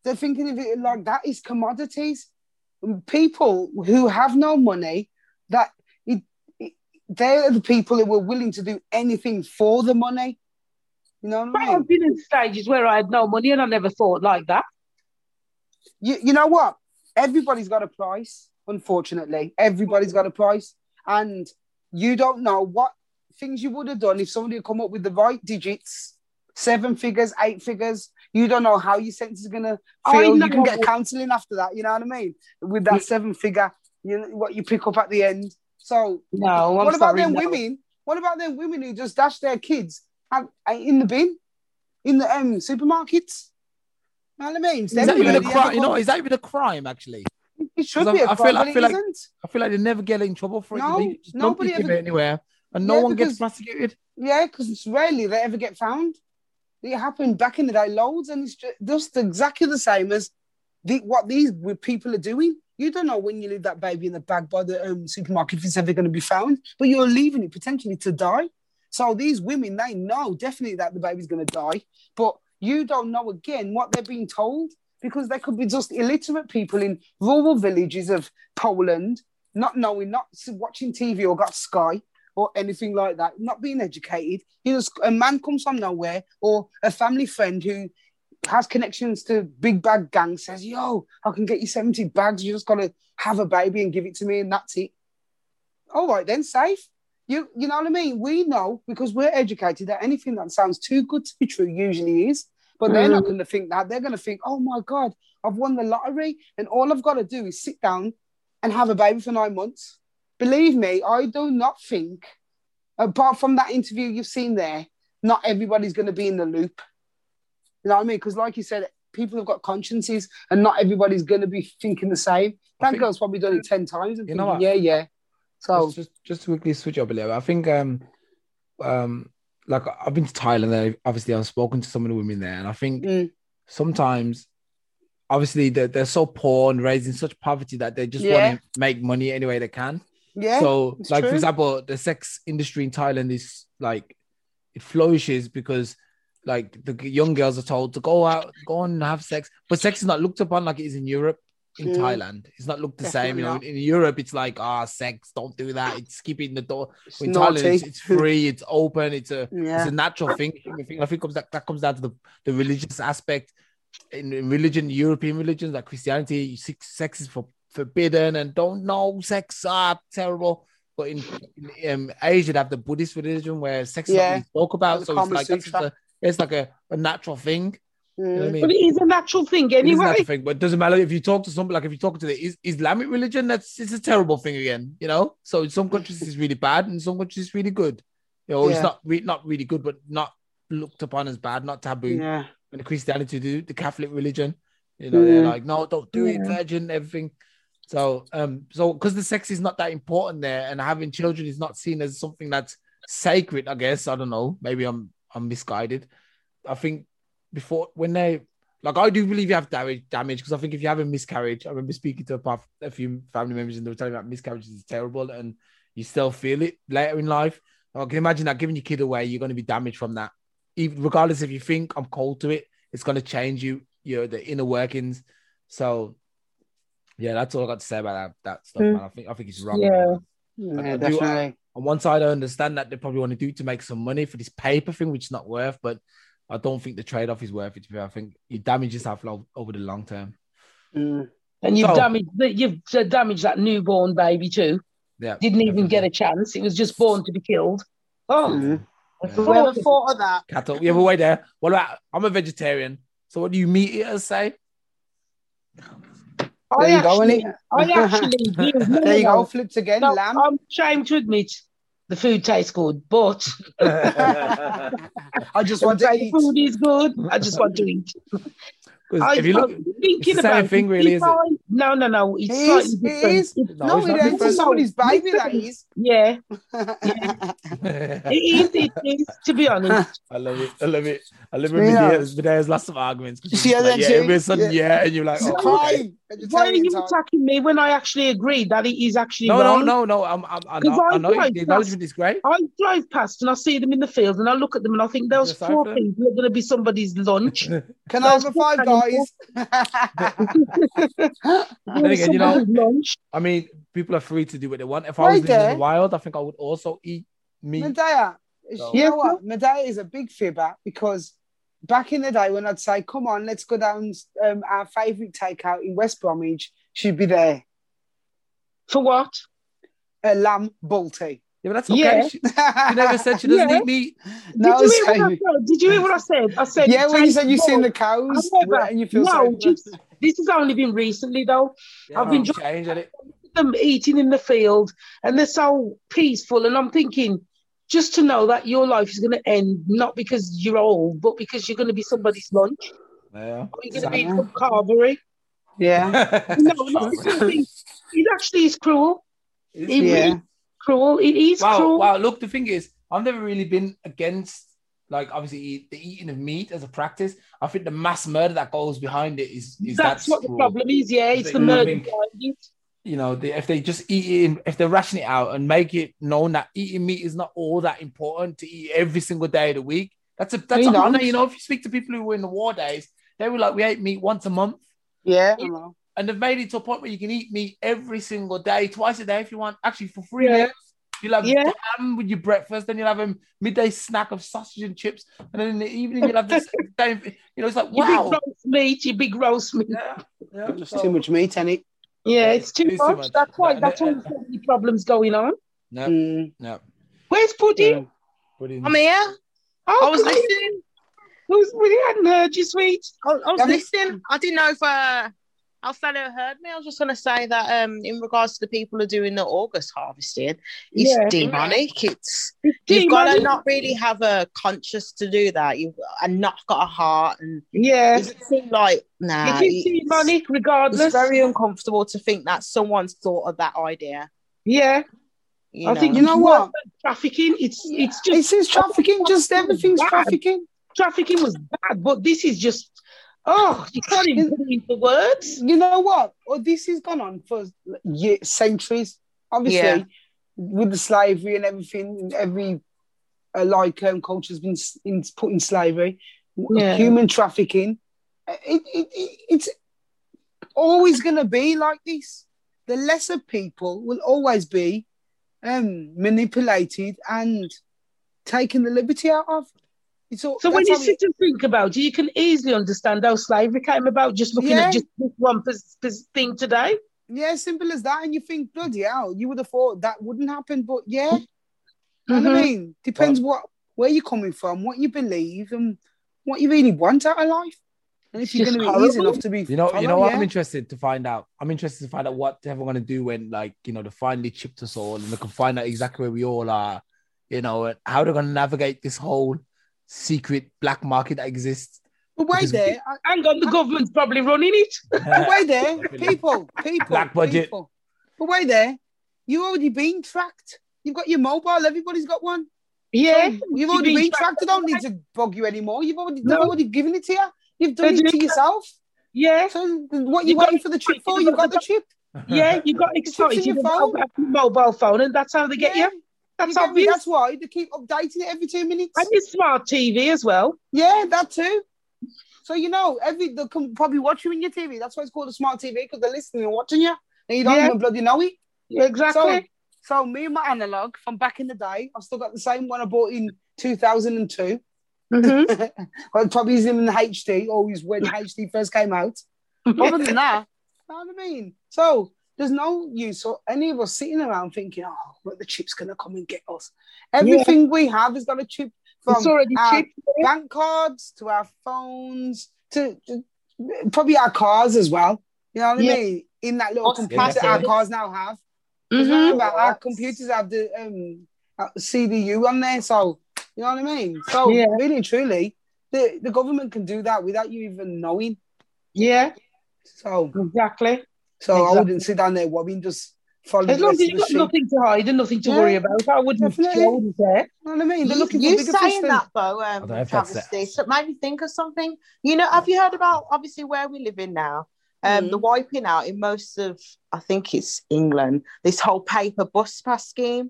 [SPEAKER 1] They're thinking of it like that is commodities. People who have no money, that it, it, they're the people who were willing to do anything for the money. You know what I
[SPEAKER 4] But
[SPEAKER 1] mean?
[SPEAKER 4] I've been in stages where I had no money and I never thought like that.
[SPEAKER 1] you, you know what? Everybody's got a price, unfortunately. Everybody's got a price. And you don't know what things you would have done if somebody had come up with the right digits, seven figures, eight figures. You don't know how your sentence is going to
[SPEAKER 4] I
[SPEAKER 1] feel.
[SPEAKER 4] know.
[SPEAKER 1] You can get counselling after that. You know what I mean? With that seven figure, you know, what you pick up at the end. So
[SPEAKER 4] No, I'm
[SPEAKER 1] what about
[SPEAKER 4] sorry,
[SPEAKER 1] them
[SPEAKER 4] no.
[SPEAKER 1] women? What about them women who just dash their kids and, and in the bin, in the um, supermarkets? You know what I mean?
[SPEAKER 5] Is that even a
[SPEAKER 1] Everybody ever
[SPEAKER 5] crime? You know,
[SPEAKER 1] come-
[SPEAKER 5] is that even a crime? Actually,
[SPEAKER 1] it should
[SPEAKER 5] 'Cause
[SPEAKER 1] be
[SPEAKER 5] I-
[SPEAKER 1] a
[SPEAKER 5] I feel
[SPEAKER 1] crime,
[SPEAKER 5] like-
[SPEAKER 1] but
[SPEAKER 5] I
[SPEAKER 1] it
[SPEAKER 5] feel like-
[SPEAKER 1] isn't.
[SPEAKER 5] I feel like they never get in trouble for it.
[SPEAKER 1] No,
[SPEAKER 5] They just dump
[SPEAKER 1] nobody
[SPEAKER 5] it, give
[SPEAKER 1] ever-
[SPEAKER 5] it anywhere, and no
[SPEAKER 1] Yeah,
[SPEAKER 5] one
[SPEAKER 1] because-
[SPEAKER 5] gets prosecuted.
[SPEAKER 1] Yeah, because it's rarely they ever get found. It happened back in the day, loads, and it's ju- just exactly the same as the, what these w- people are doing. You don't know when you leave that baby in the bag by the um, supermarket if it's ever going to be found, but you're leaving it potentially to die. So these women, they know definitely that the baby's going to die, but you don't know again what they're being told because they could be just illiterate people in rural villages of Poland, not knowing, not s- watching TV or got Sky or anything like that, not being educated. You know, a man comes from nowhere or a family friend who has connections to big bag gang says, "Yo, I can get you seventy bags. You just gotta have a baby and give it to me, and that's it." All right, then, safe. You, you know what I mean? We know because we're educated that anything that sounds too good to be true usually is. But they're not going to think that. They're going to think, oh my God, I've won the lottery. And all I've got to do is sit down and have a baby for nine months. Believe me, I do not think, apart from that interview you've seen there, not everybody's going to be in the loop. You know what I mean? Because, like you said, people have got consciences and not everybody's going to be thinking the same.
[SPEAKER 5] I
[SPEAKER 1] That
[SPEAKER 5] think-
[SPEAKER 1] girl's probably done it 10 times and
[SPEAKER 5] You know
[SPEAKER 1] thinking,
[SPEAKER 5] what?
[SPEAKER 1] yeah, yeah. So,
[SPEAKER 5] Just, just just to quickly switch up a little. bit, I think um um like I've been to Thailand and obviously I've spoken to some of the women there, and I think
[SPEAKER 1] Mm.
[SPEAKER 5] sometimes obviously they're, they're so poor and raised in such poverty that they just
[SPEAKER 1] Yeah.
[SPEAKER 5] want to make money any way they can.
[SPEAKER 1] yeah.
[SPEAKER 5] so
[SPEAKER 1] it's
[SPEAKER 5] like for
[SPEAKER 1] true.
[SPEAKER 5] example, the sex industry in Thailand is like it flourishes because like the g- young girls are told to go out, go on and have sex, but sex is not looked upon like it is in Europe. In
[SPEAKER 1] Mm.
[SPEAKER 5] Thailand, it's not looked the same. You know,
[SPEAKER 1] Definitely
[SPEAKER 5] in Europe, it's like ah, sex, don't do that. It's keeping the door.
[SPEAKER 1] It's
[SPEAKER 5] In Thailand,
[SPEAKER 1] naughty.
[SPEAKER 5] it's, it's free, it's open, it's a
[SPEAKER 1] yeah.
[SPEAKER 5] it's a natural thing. human thing. I think comes that, that comes down to the, the religious aspect in, in religion, European religions like Christianity, sex- sex is for, forbidden and don't know sex are terrible. But in, in um, Asia, they have the Buddhist religion where sex is not
[SPEAKER 1] Yeah.
[SPEAKER 5] really spoke about,
[SPEAKER 1] The
[SPEAKER 5] so it's
[SPEAKER 1] Kama
[SPEAKER 5] like that's just
[SPEAKER 1] Sutra.
[SPEAKER 5] a, it's like a, a natural thing. You know what I
[SPEAKER 1] Mm.
[SPEAKER 5] mean?
[SPEAKER 4] But it is a natural thing
[SPEAKER 5] It is a
[SPEAKER 4] anyway.
[SPEAKER 5] natural thing, but it doesn't matter if you talk to somebody like if you talk to the is- Islamic religion, that's it's a terrible thing again, you know. So in some countries it's really bad, and some countries it's really good. You know, it's
[SPEAKER 1] Yeah.
[SPEAKER 5] not re- not really good, but not looked upon as bad, not taboo.
[SPEAKER 1] Yeah.
[SPEAKER 5] And the Christianity, do the Catholic religion, you know, they're
[SPEAKER 1] Yeah.
[SPEAKER 5] like, no, don't do it, virgin, everything. So um, so because the sex is not that important there, and having children is not seen as something that's sacred. I guess I don't know. Maybe I'm I'm misguided. I think before when they like I do believe you have damage damage because I think if you have a miscarriage, I remember speaking to a, pa- a few family members and they were telling me about miscarriages is terrible and you still feel it later in life. I can imagine that giving your kid away, you're going to be damaged from that. Even regardless if you think I'm cold to it, it's going to change you, you know, the inner workings. So yeah, that's all I got to say about that, that stuff,
[SPEAKER 4] Mm.
[SPEAKER 5] man. I think I think it's wrong.
[SPEAKER 4] Yeah.
[SPEAKER 5] I- I
[SPEAKER 1] Yeah,
[SPEAKER 5] do-
[SPEAKER 1] definitely.
[SPEAKER 5] on one side, I understand that they probably want to do it to make some money for this paper thing, which is not worth, but I don't think the trade off is worth it. To be fair. I think you damage yourself lo- over the long term.
[SPEAKER 1] Mm.
[SPEAKER 4] And you've
[SPEAKER 5] So-
[SPEAKER 4] damaged the, you've uh, damaged that newborn baby too.
[SPEAKER 5] Yeah,
[SPEAKER 4] Didn't even get
[SPEAKER 5] definitely.
[SPEAKER 4] a chance. It was just born to be killed. Oh,
[SPEAKER 1] Mm.
[SPEAKER 4] that's
[SPEAKER 5] Yeah.
[SPEAKER 3] Whoever
[SPEAKER 4] awful.
[SPEAKER 3] thought of that?
[SPEAKER 5] cattle. Yeah, but wait there. What about? I'm a vegetarian, so what do you meat eaters say?
[SPEAKER 4] I
[SPEAKER 1] There you go,
[SPEAKER 4] actually,
[SPEAKER 1] innit?
[SPEAKER 4] I <laughs> actually do. no,
[SPEAKER 1] There you
[SPEAKER 4] no,
[SPEAKER 1] go, flipped again,
[SPEAKER 4] no,
[SPEAKER 1] lamb.
[SPEAKER 4] I'm ashamed to admit the food tastes good, <laughs> but
[SPEAKER 1] I just want to
[SPEAKER 4] the
[SPEAKER 1] eat.
[SPEAKER 4] food is good. I just want to eat.
[SPEAKER 5] 'Cause
[SPEAKER 4] I,
[SPEAKER 5] if you look,
[SPEAKER 4] I'm thinking
[SPEAKER 5] it's the same
[SPEAKER 4] about
[SPEAKER 5] thing really, is it?
[SPEAKER 4] I- No, no, no. It's
[SPEAKER 1] It is,
[SPEAKER 4] slightly
[SPEAKER 1] it
[SPEAKER 4] different.
[SPEAKER 1] is.
[SPEAKER 4] It's-
[SPEAKER 1] No,
[SPEAKER 5] it's
[SPEAKER 1] it
[SPEAKER 5] not
[SPEAKER 1] ain't for
[SPEAKER 5] different.
[SPEAKER 1] somebody's baby, that is.
[SPEAKER 4] yeah, it <laughs>
[SPEAKER 5] I
[SPEAKER 4] is. It is. To <laughs> be honest,
[SPEAKER 5] love it. I love it. I love it.
[SPEAKER 1] Yeah.
[SPEAKER 5] Video's, video's lots of arguments. 'cause
[SPEAKER 1] See,
[SPEAKER 5] it's like,
[SPEAKER 1] and
[SPEAKER 5] yeah,
[SPEAKER 1] then she-
[SPEAKER 5] every sudden, yeah.
[SPEAKER 1] yeah.
[SPEAKER 5] and you're like,
[SPEAKER 1] It's a
[SPEAKER 5] oh, okay.
[SPEAKER 1] crime.
[SPEAKER 4] why are
[SPEAKER 1] Vegetarian
[SPEAKER 4] you
[SPEAKER 1] time.
[SPEAKER 4] attacking me when I actually agree that it is actually
[SPEAKER 5] no, no,
[SPEAKER 4] wrong?
[SPEAKER 5] no, no. I'm, I'm, I know,
[SPEAKER 4] Because
[SPEAKER 5] I
[SPEAKER 4] I
[SPEAKER 5] know
[SPEAKER 4] tried
[SPEAKER 5] the acknowledgement is great.
[SPEAKER 4] I drive past and I see them in the field and I look at them and I think those
[SPEAKER 5] Yes, I
[SPEAKER 4] poor
[SPEAKER 5] do.
[SPEAKER 4] people are going to be somebody's
[SPEAKER 5] <laughs>
[SPEAKER 4] lunch.
[SPEAKER 1] Can I have a five, guys? <laughs>
[SPEAKER 4] They're
[SPEAKER 5] Then again, you know,
[SPEAKER 4] somebody's lunch.
[SPEAKER 5] I mean, people are free to do what they want. If I
[SPEAKER 1] Right
[SPEAKER 5] was living in the
[SPEAKER 1] there.
[SPEAKER 5] wild, I think I would also eat meat.
[SPEAKER 1] Medea.
[SPEAKER 5] So-
[SPEAKER 1] You know what? Medea is a big fibber because back in the day when I'd say, come on, let's go down um, our favourite takeout in West Bromwich, she'd be there.
[SPEAKER 4] For what?
[SPEAKER 1] A lamb balti.
[SPEAKER 5] Yeah, but that's okay.
[SPEAKER 4] Yeah.
[SPEAKER 5] She, she never said she doesn't
[SPEAKER 4] Yeah.
[SPEAKER 5] eat meat.
[SPEAKER 1] No,
[SPEAKER 4] Did you hear what I
[SPEAKER 1] sorry.
[SPEAKER 4] said? Did you hear what I said? I said,
[SPEAKER 1] yeah, when <laughs> you
[SPEAKER 4] taste
[SPEAKER 1] said you've seen
[SPEAKER 4] more.
[SPEAKER 6] <laughs>
[SPEAKER 1] the cows
[SPEAKER 4] However,
[SPEAKER 1] and you feel
[SPEAKER 4] no,
[SPEAKER 1] sorry. for them.
[SPEAKER 4] just- This has only been recently though.
[SPEAKER 5] Yeah,
[SPEAKER 4] I've been
[SPEAKER 5] you
[SPEAKER 4] dri-
[SPEAKER 5] changed it.
[SPEAKER 4] Them eating in the field and they're so peaceful, and I'm thinking. Just to know that your life is going to end not because you're old, but because you're going to be somebody's lunch.
[SPEAKER 5] Yeah.
[SPEAKER 4] Or you're going to be from Carberry.
[SPEAKER 1] Yeah.
[SPEAKER 4] No, no, it's something- it actually is cruel. It
[SPEAKER 1] Yeah.
[SPEAKER 4] is cruel. It is
[SPEAKER 5] wow,
[SPEAKER 4] cruel.
[SPEAKER 5] wow. Look, the thing is, I've never really been against like obviously eat, the eating of meat as a practice. I think the mass murder that goes behind it is, is
[SPEAKER 4] That's what the
[SPEAKER 5] cruel.
[SPEAKER 4] problem is. Yeah, it's the
[SPEAKER 5] Mm.
[SPEAKER 4] murder
[SPEAKER 5] Think-
[SPEAKER 4] behind it.
[SPEAKER 5] you know, they, if they just eat it, in- if they ration it out and make it known that eating meat is not all that important to eat every single day of the week, that's a that's
[SPEAKER 1] Really
[SPEAKER 5] an honor.
[SPEAKER 1] not.
[SPEAKER 5] You know, if you speak to people who were in the war days, they were like, we ate meat once a month.
[SPEAKER 6] Yeah, I know.
[SPEAKER 5] and they've made it to a point where you can eat meat every single day, twice a day if you want, actually for free.
[SPEAKER 4] Yeah.
[SPEAKER 5] You'll have
[SPEAKER 4] Yeah.
[SPEAKER 5] ham with your breakfast, then you'll have a midday snack of sausage and chips, and then in the evening you'll have the same thing. You know, it's like
[SPEAKER 4] Your big
[SPEAKER 5] wow.
[SPEAKER 4] roast meat, your big roast meat.
[SPEAKER 5] Yeah, yeah,
[SPEAKER 6] Just
[SPEAKER 5] so-
[SPEAKER 6] too much meat, ain't it?
[SPEAKER 4] Yeah, it's too,
[SPEAKER 5] It's too
[SPEAKER 4] much.
[SPEAKER 5] much.
[SPEAKER 4] That's why.
[SPEAKER 5] No,
[SPEAKER 4] that's
[SPEAKER 5] no,
[SPEAKER 4] all
[SPEAKER 5] no.
[SPEAKER 4] the family problems going on.
[SPEAKER 5] No,
[SPEAKER 6] Mm,
[SPEAKER 5] no.
[SPEAKER 4] Where's Puddy?
[SPEAKER 6] yeah.
[SPEAKER 5] Put in-
[SPEAKER 3] I'm here.
[SPEAKER 4] Oh,
[SPEAKER 3] I was
[SPEAKER 4] God.
[SPEAKER 3] listening.
[SPEAKER 4] Who's- We hadn't heard you, sweet.
[SPEAKER 3] I, I was
[SPEAKER 6] Yeah, we-
[SPEAKER 3] listening. I didn't know if uh, Alfredo heard me. I was just going to say that um, in regards to the people who are doing the August harvesting, it's
[SPEAKER 4] Yeah.
[SPEAKER 3] demonic. It's
[SPEAKER 4] Demon-
[SPEAKER 3] you've got to not really have a conscience to do that. You've and not got a heart, and
[SPEAKER 4] Yeah.
[SPEAKER 3] it seems like nah.
[SPEAKER 4] it is
[SPEAKER 3] it's-
[SPEAKER 4] demonic,
[SPEAKER 3] It's,
[SPEAKER 4] regardless.
[SPEAKER 3] very uncomfortable to think that someone's thought of that idea.
[SPEAKER 4] yeah.
[SPEAKER 3] You
[SPEAKER 4] I
[SPEAKER 3] know?
[SPEAKER 4] think
[SPEAKER 6] You know
[SPEAKER 4] it's
[SPEAKER 6] what?
[SPEAKER 4] worse than Trafficking. It's it's just
[SPEAKER 6] It's just trafficking. Just everything's
[SPEAKER 4] Bad.
[SPEAKER 6] trafficking.
[SPEAKER 4] trafficking was bad, but this is just oh, you can't even put it into words.
[SPEAKER 6] You know what? Oh, this has gone on for ye centuries. Obviously,
[SPEAKER 3] Yeah.
[SPEAKER 6] with the slavery and everything, every uh, like um, culture has been s- in, put in slavery.
[SPEAKER 4] Yeah.
[SPEAKER 6] Human trafficking. Uh, It, it, it, it's always going to be like this. The lesser people will always be um, manipulated and taken the liberty out of. It's all,
[SPEAKER 4] So when
[SPEAKER 6] that's
[SPEAKER 4] you
[SPEAKER 6] how it-
[SPEAKER 4] sit and think about it, you can easily understand how slavery came about just looking
[SPEAKER 6] Yeah.
[SPEAKER 4] at just this one pers- pers- thing today.
[SPEAKER 6] Yeah, simple as that. And you think, bloody hell, you would have thought that wouldn't happen, but yeah, you know what I
[SPEAKER 4] Mhm.
[SPEAKER 6] mean? Depends what where you're coming from, what you believe, and what you really want out of life. And if
[SPEAKER 4] It's
[SPEAKER 6] you're
[SPEAKER 4] just
[SPEAKER 6] going to be easy
[SPEAKER 4] horrible.
[SPEAKER 6] enough to be,
[SPEAKER 5] You know, you know
[SPEAKER 6] followed,
[SPEAKER 5] what?
[SPEAKER 6] yeah.
[SPEAKER 5] I'm interested to find out. I'm interested to find out what they're going to do when, like, you know, they finally chipped us all and they can find out exactly where we all are. You know, and how they're going to navigate this whole secret black market that exists.
[SPEAKER 6] But wait
[SPEAKER 5] Because-
[SPEAKER 6] there, I-
[SPEAKER 4] Hang on, the government's probably running it.
[SPEAKER 6] but wait
[SPEAKER 5] <laughs>
[SPEAKER 6] there, people, people,
[SPEAKER 5] Black budget.
[SPEAKER 6] people. But wait there, you already been tracked. You've got your mobile. Everybody's got one.
[SPEAKER 4] Yeah,
[SPEAKER 6] You've already
[SPEAKER 4] been
[SPEAKER 6] been tracked.
[SPEAKER 4] tracked.
[SPEAKER 6] I don't need to bug you anymore. You've already,
[SPEAKER 4] No.
[SPEAKER 6] they've already given it to you. You've done
[SPEAKER 4] They
[SPEAKER 6] it
[SPEAKER 4] do.
[SPEAKER 6] to yourself.
[SPEAKER 4] yeah,
[SPEAKER 6] So what
[SPEAKER 4] You
[SPEAKER 6] you
[SPEAKER 4] got
[SPEAKER 6] waiting for the trip for? You've got the trip.
[SPEAKER 4] yeah. You got
[SPEAKER 6] It's fixing
[SPEAKER 4] excited
[SPEAKER 6] your
[SPEAKER 4] about
[SPEAKER 6] phone.
[SPEAKER 4] that mobile phone, and that's how they get
[SPEAKER 6] Yeah,
[SPEAKER 4] you.
[SPEAKER 6] you
[SPEAKER 4] That's
[SPEAKER 6] get me?
[SPEAKER 4] obvious.
[SPEAKER 6] That's why they keep updating it every two minutes.
[SPEAKER 4] And your smart TV as well.
[SPEAKER 6] Yeah, that too. So you know, every they can probably watch you in your TV. That's why it's called a smart TV because they're listening and watching you, and you don't
[SPEAKER 4] Yeah.
[SPEAKER 6] even bloody know it.
[SPEAKER 4] Exactly.
[SPEAKER 6] So, so me and my analog from back in the day, I've still got the same one I bought in two thousand and two. Mm-hmm.
[SPEAKER 4] Mhm.
[SPEAKER 6] Well, probably is in the HD, always when HD first came out. Other than that, you know what I mean? So there's no use of any of us sitting around thinking, oh, but the chip's going to come and get us. Everything we have has got a chip from uh,
[SPEAKER 4] it's already
[SPEAKER 6] our
[SPEAKER 4] cheap.
[SPEAKER 6] bank cards to our phones to, to probably our cars as well. You know what
[SPEAKER 4] Yeah.
[SPEAKER 6] I mean? In that little
[SPEAKER 3] Us
[SPEAKER 6] computer
[SPEAKER 5] yeah.
[SPEAKER 6] our cars now have.
[SPEAKER 3] Mm-hmm.
[SPEAKER 6] Because
[SPEAKER 4] Mhm.
[SPEAKER 6] remember, our computers have the um, uh, CDU on there, so you know what I mean. So
[SPEAKER 4] Yeah.
[SPEAKER 6] really, and truly, the, the government can do that without you even knowing.
[SPEAKER 4] Yeah,
[SPEAKER 6] So,
[SPEAKER 4] exactly.
[SPEAKER 6] so I
[SPEAKER 4] Exactly.
[SPEAKER 6] wouldn't sit down there worrying, just follow
[SPEAKER 4] As
[SPEAKER 6] the
[SPEAKER 4] long as
[SPEAKER 6] rest of
[SPEAKER 4] you've
[SPEAKER 6] the
[SPEAKER 4] got
[SPEAKER 6] sheep.
[SPEAKER 4] nothing to hide and nothing to
[SPEAKER 6] Yeah,
[SPEAKER 4] worry about, I wouldn't,
[SPEAKER 6] definitely.
[SPEAKER 4] I wouldn't care.
[SPEAKER 6] You know what I mean? They're
[SPEAKER 3] You-
[SPEAKER 6] looking
[SPEAKER 3] you
[SPEAKER 6] for bigger fish
[SPEAKER 3] saying
[SPEAKER 6] than-
[SPEAKER 3] that though, um,
[SPEAKER 5] don't know if that's
[SPEAKER 3] Travis, so it made me think of something. You know, have you heard about obviously where we live in now? Um,
[SPEAKER 6] Mm.
[SPEAKER 3] the wiping out in most of, I think it's England, this whole paper bus pass scheme,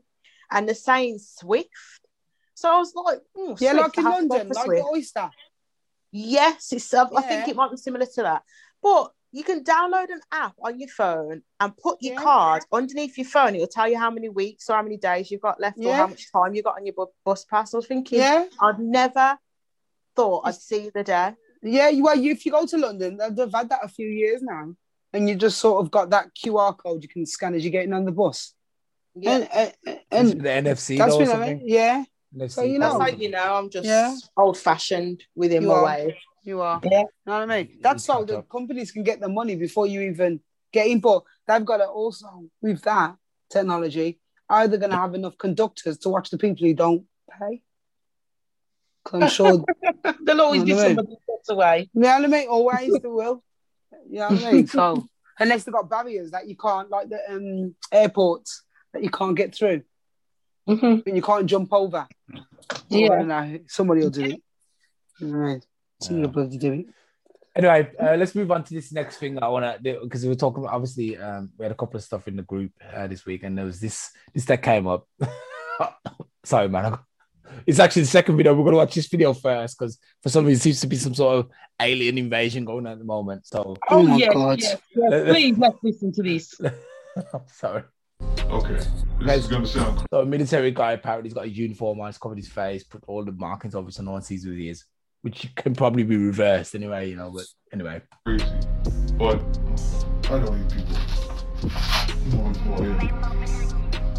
[SPEAKER 3] and they're saying Swift. So I was like, mm,
[SPEAKER 6] Yeah,
[SPEAKER 3] Swift,
[SPEAKER 6] like in
[SPEAKER 3] I have to go
[SPEAKER 6] London,
[SPEAKER 3] for
[SPEAKER 6] like
[SPEAKER 3] Swift.
[SPEAKER 6] the oyster.
[SPEAKER 3] Yes, it's. I I think
[SPEAKER 6] Yeah.
[SPEAKER 3] it might be similar to that, but you can download an app on your phone and put your
[SPEAKER 6] Yeah.
[SPEAKER 3] card underneath your phone. It'll tell you how many weeks or how many days you've got left or
[SPEAKER 6] Yeah.
[SPEAKER 3] how much time you got on your bu- bus pass. I was thinking,
[SPEAKER 6] Yeah,
[SPEAKER 3] I'd never thought I'd see the day.
[SPEAKER 6] yeah. You, well, you, if you go to London, they've, they've had that a few years now, and you just sort of got that QR code you can scan as you're getting on the bus.
[SPEAKER 3] Yeah,
[SPEAKER 6] And, and,
[SPEAKER 5] And
[SPEAKER 6] <laughs> and
[SPEAKER 5] <laughs> the NFC
[SPEAKER 6] that's
[SPEAKER 5] though, or
[SPEAKER 6] been, I mean,
[SPEAKER 5] something.
[SPEAKER 6] yeah.
[SPEAKER 5] NFC
[SPEAKER 6] So, you
[SPEAKER 5] card
[SPEAKER 6] know-
[SPEAKER 3] that's
[SPEAKER 5] or
[SPEAKER 3] how
[SPEAKER 5] something.
[SPEAKER 3] you know I'm just
[SPEAKER 6] Yeah.
[SPEAKER 3] old fashioned within
[SPEAKER 6] You
[SPEAKER 3] my
[SPEAKER 6] are.
[SPEAKER 3] way.
[SPEAKER 6] You are.
[SPEAKER 4] Yeah.
[SPEAKER 6] You know what I mean?
[SPEAKER 5] You
[SPEAKER 6] That's how
[SPEAKER 5] can't
[SPEAKER 6] the
[SPEAKER 5] help.
[SPEAKER 6] companies can get the money before you even get in. But they've got to also, with that technology, are they going to have enough conductors to watch the people who don't pay? 'Cause I'm sure, you
[SPEAKER 4] <laughs> There'll always be
[SPEAKER 6] I know.
[SPEAKER 4] somebody who gets away.
[SPEAKER 6] know what I mean?
[SPEAKER 1] <laughs>
[SPEAKER 6] Always they will. You know what I mean? So, unless they've got barriers that you can't, like the um, airports that you can't get through
[SPEAKER 4] Mhm.
[SPEAKER 1] Mm-hmm.
[SPEAKER 6] and you can't jump over.
[SPEAKER 4] Yeah.
[SPEAKER 6] I don't know. Somebody will do it. You know what I mean? Somebody
[SPEAKER 5] Yeah.
[SPEAKER 6] will bloody do it.
[SPEAKER 5] Anyway, uh, let's move on to this next thing that I want to do because we were talking about obviously um, we had a couple of stuff in the group uh, this week and there was this this that came up. <laughs> Sorry, man. I got- It's actually the second video. We're gonna watch this video first because for some reason it seems to be some sort of alien invasion going on at the moment. So <laughs>
[SPEAKER 1] Oh
[SPEAKER 4] Oh,
[SPEAKER 1] my
[SPEAKER 4] yes,
[SPEAKER 1] God.
[SPEAKER 4] yes, yes. Please let's listen to this.
[SPEAKER 5] I'm sorry.
[SPEAKER 9] Okay. This
[SPEAKER 5] Guys.
[SPEAKER 9] is gonna sound
[SPEAKER 5] So a military guy apparently has got a uniform on, he's covered his face, put all the markings over so no one sees who he is. Which can probably be reversed anyway, you know, but anyway.
[SPEAKER 9] crazy, but I know you people. More and more, yeah.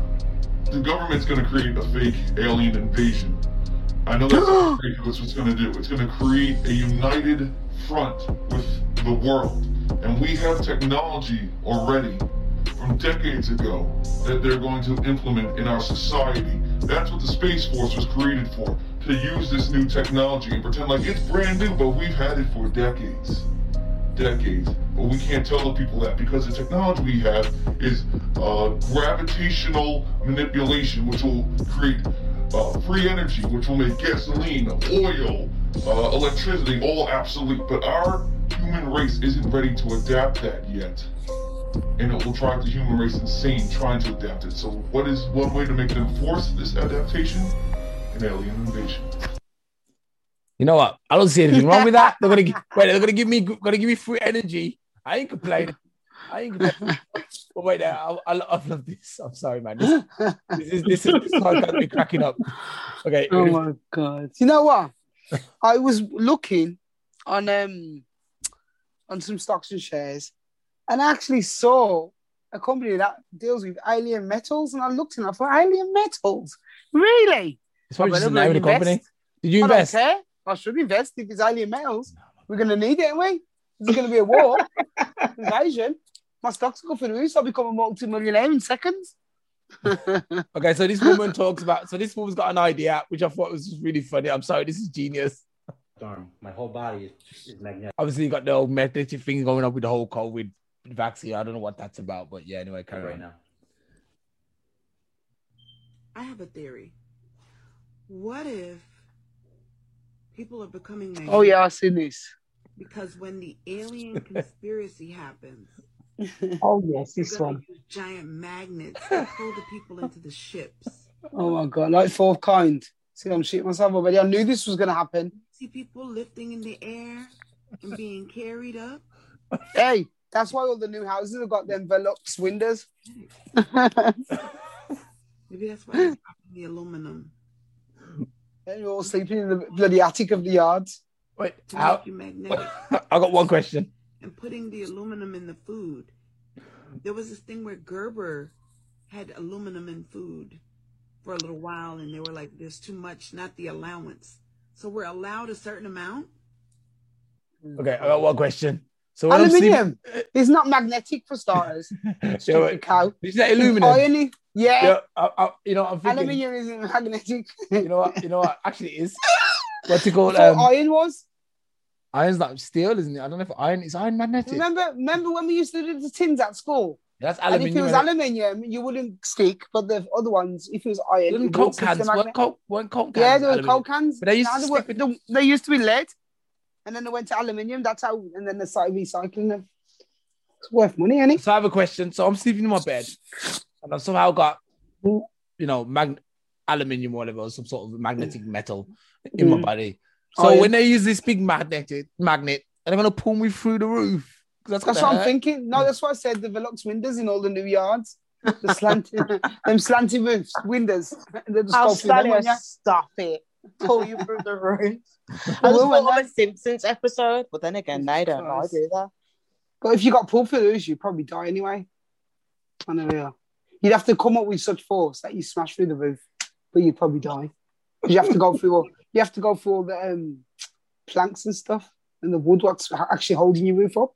[SPEAKER 9] The government's gonna create a fake alien invasion. I know that's what it's gonna- that's what's gonna do. It's gonna create a united front with the world, and we have technology already from decades ago that they're going to implement in our society. That's what the Space Force was created for, to use this new technology and pretend like it's brand new, but we've had it for decades decades, but we can't tell the people that because the technology we have is uh, gravitational manipulation, which will create uh, free energy, which will make gasoline, oil, uh, electricity all obsolete. But our human race isn't ready to adapt that yet. And it will drive the human race insane trying to adapt it. So, what is one way to make them force this adaptation? An alien invasion.
[SPEAKER 5] You know what? I don't see anything wrong with that. They're gonna gi- wait, they're gonna give me gonna give me free energy. I ain't complaining. I ain't complaining. But wait, I, I, I love this. I'm sorry, man. This, this is this is this is going to be cracking up. Okay.
[SPEAKER 1] Oh my god! You know what? I was looking on um on some stocks and shares, and I actually saw a company that deals with alien metals, and I looked and I thought, alien metals, really?
[SPEAKER 5] It's probably
[SPEAKER 1] I
[SPEAKER 5] just the
[SPEAKER 1] better
[SPEAKER 5] name of the company.
[SPEAKER 1] invest.
[SPEAKER 5] Did you
[SPEAKER 1] I don't
[SPEAKER 5] invest?
[SPEAKER 1] care. I should invest if it's alien metals. We're gonna need it, ain't we? There's gonna be a war, invasion. My stocks will go for the roof. I'll become a multi-millionaire in seconds.
[SPEAKER 5] Okay, so this woman talks about. So this woman's got an idea, which I thought was really funny. I'm sorry, this is genius.
[SPEAKER 10] storm. My whole body is, is magnetic.
[SPEAKER 5] Obviously, you got the whole magnetic thing going on with the whole COVID vaccine. I don't know what that's about, but yeah. Anyway, carry
[SPEAKER 10] right
[SPEAKER 5] on.
[SPEAKER 10] now.
[SPEAKER 6] I have a theory. What if people are becoming naive
[SPEAKER 1] Oh yeah, I've seen this.
[SPEAKER 6] because when the alien conspiracy happens,
[SPEAKER 4] Oh yes,
[SPEAKER 6] they're
[SPEAKER 4] this
[SPEAKER 6] gonna <laughs>
[SPEAKER 4] one.
[SPEAKER 6] use giant magnets to pull the people into the ships.
[SPEAKER 1] Oh my god, like fourth kind. See, I'm shitting myself already. I knew this was gonna happen.
[SPEAKER 6] See people lifting in the air and being carried up.
[SPEAKER 1] Hey, that's why all the new houses have got them Velux windows.
[SPEAKER 6] Maybe that's why they're dropping the aluminum
[SPEAKER 1] They're all sleeping in the bloody attic of the yards.
[SPEAKER 5] Wait,
[SPEAKER 6] to
[SPEAKER 5] how?
[SPEAKER 6] make you magnetic
[SPEAKER 5] I got one question.
[SPEAKER 6] and putting the aluminum in the food. There was this thing where Gerber had aluminum in food for a little while, and they were like, "There's too much, not the allowance." So we're allowed a certain amount.
[SPEAKER 5] Okay, I got one question. So when I'm sleeping-
[SPEAKER 1] Aluminium is not magnetic for starters.
[SPEAKER 5] <laughs> Yeah,
[SPEAKER 1] Stupid
[SPEAKER 5] wait,
[SPEAKER 1] cow.
[SPEAKER 5] is that aluminum?
[SPEAKER 1] Iron is- yeah.
[SPEAKER 5] Yeah, I, I, you know, I'm thinking.
[SPEAKER 1] Aluminium isn't magnetic.
[SPEAKER 5] You know what? You know what? Actually, it
[SPEAKER 1] <laughs>
[SPEAKER 5] is. What's it called?
[SPEAKER 1] That's what
[SPEAKER 5] Um,
[SPEAKER 1] iron was.
[SPEAKER 5] iron's not steel, isn't it? I don't know if iron is iron magnetic.
[SPEAKER 1] Remember, remember when we used to do the tins at school?
[SPEAKER 5] That's
[SPEAKER 1] and if it
[SPEAKER 5] aluminium.
[SPEAKER 1] was
[SPEAKER 5] isn't it?
[SPEAKER 1] aluminium, you wouldn't stick, but the other ones, if it was iron,
[SPEAKER 5] Didn't
[SPEAKER 1] it would
[SPEAKER 5] coke
[SPEAKER 1] stick
[SPEAKER 5] cans?
[SPEAKER 1] to
[SPEAKER 5] Weren't
[SPEAKER 1] magne-
[SPEAKER 5] coke? Weren't coke cans?
[SPEAKER 1] Yeah, there were
[SPEAKER 5] aluminium?
[SPEAKER 1] coke cans.
[SPEAKER 5] But they used
[SPEAKER 1] Now
[SPEAKER 5] to
[SPEAKER 1] they, were-
[SPEAKER 5] stick with-
[SPEAKER 1] they- they used to be lead, and then they went to aluminium. That's how, and then they started recycling them. It's worth money, ain't it?
[SPEAKER 5] So I have a question. So I'm sleeping in my bed, and I've somehow got, you know, mag- aluminium or whatever, some sort of magnetic metal in my
[SPEAKER 1] Mm.
[SPEAKER 5] body. So
[SPEAKER 1] Oh, yeah.
[SPEAKER 5] when they use this big magnetic magnet, and they're gonna pull me through the roof. 'Cause That's,
[SPEAKER 1] That's
[SPEAKER 5] gonna
[SPEAKER 1] what I'm
[SPEAKER 5] hurt.
[SPEAKER 1] thinking. No, that's why I said the Velux windows in all the new yards. The slanted, <laughs> them slanted roofs, windows. <laughs> They just
[SPEAKER 3] I'll
[SPEAKER 1] go through them,
[SPEAKER 3] stand
[SPEAKER 1] won't ya?
[SPEAKER 3] stop it. Pull you through <laughs> the roof. I was
[SPEAKER 1] Well,
[SPEAKER 3] thought
[SPEAKER 1] when
[SPEAKER 3] of a Simpsons episode, but then again, they don't know I do that. <laughs>
[SPEAKER 1] But if you got pulled through those, you'd probably die anyway. I know yeah. You'd have to come up with such force that you smash through the roof, but you'd probably die. 'Cause You have to go through all you have to go through all the um, planks and stuff and the wood what's h- actually holding your roof up.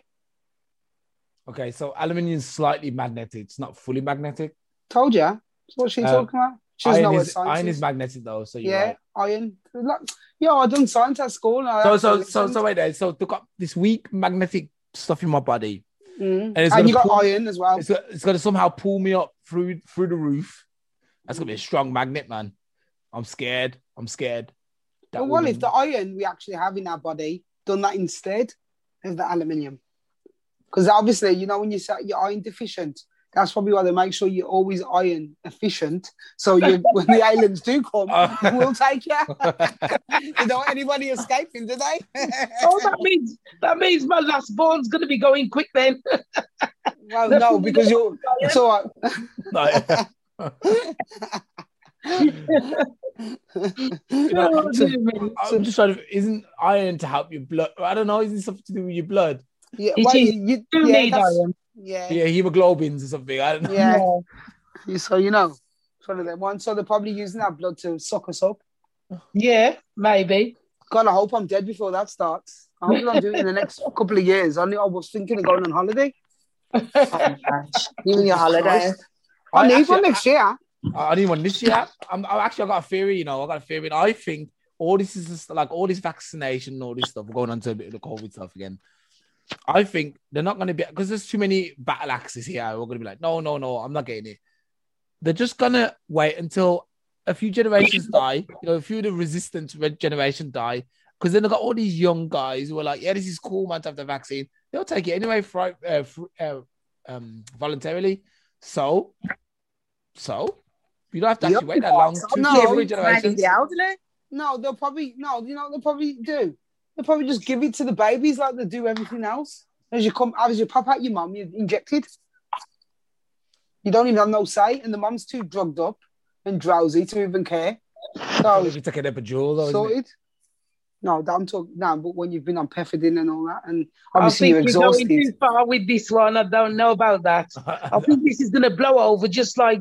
[SPEAKER 5] Okay, so aluminium's slightly magnetic. It's not fully magnetic.
[SPEAKER 1] Told you. That's what she's
[SPEAKER 5] Uh,
[SPEAKER 1] talking about. She doesn't know
[SPEAKER 5] Iron
[SPEAKER 1] what
[SPEAKER 5] is,
[SPEAKER 1] science
[SPEAKER 5] iron
[SPEAKER 1] is.
[SPEAKER 5] is magnetic though. So you're
[SPEAKER 1] yeah,
[SPEAKER 5] right.
[SPEAKER 1] iron. Like, yeah, I done science at school. And I
[SPEAKER 5] So so
[SPEAKER 1] actually
[SPEAKER 5] so
[SPEAKER 1] listened.
[SPEAKER 5] so wait there. So they got this weak magnetic stuff in my body.
[SPEAKER 1] Mm.
[SPEAKER 5] it's
[SPEAKER 1] And,
[SPEAKER 5] gonna
[SPEAKER 1] you got
[SPEAKER 5] pull-
[SPEAKER 1] iron as well.
[SPEAKER 5] It's got, it's gonna somehow pull me up through through the roof. That's gonna be a strong magnet, man. I'm scared. I'm scared. That
[SPEAKER 1] But what
[SPEAKER 5] woman-
[SPEAKER 1] if the iron we actually have in our body done that instead of the aluminium? Because obviously, you know, when you say you're iron deficient,
[SPEAKER 6] That's probably why they make sure you're always iron efficient. So you, when the aliens do come,
[SPEAKER 5] Oh. <laughs>
[SPEAKER 6] we'll take you. you know, anybody escaping, do they?
[SPEAKER 4] oh, that means that means my last born's gonna be going quick
[SPEAKER 6] <laughs>
[SPEAKER 4] then.
[SPEAKER 6] <laughs> well, no, because you're. uh, It's all right.
[SPEAKER 5] You know, I'm just- I'm just trying to. Isn't iron to help your blood? I don't know. Isn't it something to do with your blood?
[SPEAKER 6] Yeah,
[SPEAKER 4] It
[SPEAKER 6] well,
[SPEAKER 4] is.
[SPEAKER 6] you, you-
[SPEAKER 4] You
[SPEAKER 6] yeah,
[SPEAKER 4] need
[SPEAKER 6] that's-
[SPEAKER 4] iron.
[SPEAKER 6] Yeah,
[SPEAKER 5] Yeah, hemoglobins or something. I don't know.
[SPEAKER 6] yeah. You- So you know, it's one of them ones. So they're probably using that blood to suck us up.
[SPEAKER 4] Yeah, maybe.
[SPEAKER 6] God, I hope I'm dead before that starts. I hope I don't do it in the
[SPEAKER 5] <laughs>
[SPEAKER 6] next couple of years. I, knew, I was thinking of going on holiday.
[SPEAKER 3] You and your holiday.
[SPEAKER 6] I,
[SPEAKER 5] I
[SPEAKER 6] need
[SPEAKER 5] actually-
[SPEAKER 6] one next year.
[SPEAKER 5] I need one this year. I'm, I actually I got a theory. You know, I got a theory. I think all this is just, like all this vaccination, and all this stuff. We're going on to a bit of the COVID stuff again. I think they're not going to be because there's too many battle axes here. We're going to be like, no, no, no, I'm not getting it. They're just going to wait until a few generations die. You know, a few of the resistance red generation die because then they got all these young guys who are like, yeah, this is cool, man, to have the vaccine. They'll take it anyway, fri- uh, fr- uh, um, voluntarily. So, so you don't have to actually wait that long. Two,
[SPEAKER 6] No,
[SPEAKER 3] Oh,
[SPEAKER 5] two,
[SPEAKER 6] you're
[SPEAKER 5] three
[SPEAKER 3] Finding
[SPEAKER 5] generations.
[SPEAKER 3] the elderly.
[SPEAKER 6] No, they'll probably no. You know, what they'll probably do. They'll probably just give it to the babies like they do everything else. As you come, as you pop out your mum, you're injected. You don't even have no say, and the mum's too drugged up and drowsy to even care. So
[SPEAKER 5] You're taking up a jewel, though. <laughs> isn't it?
[SPEAKER 6] sorted. No, that I'm talking now, but when you've been on pethidine and all that, and
[SPEAKER 4] I
[SPEAKER 6] obviously
[SPEAKER 4] think
[SPEAKER 6] you're
[SPEAKER 4] you're going
[SPEAKER 6] exhausted.
[SPEAKER 4] too far with this one. I don't know about that. I
[SPEAKER 6] Oh,
[SPEAKER 4] think this is going to blow over just
[SPEAKER 6] <laughs>
[SPEAKER 4] like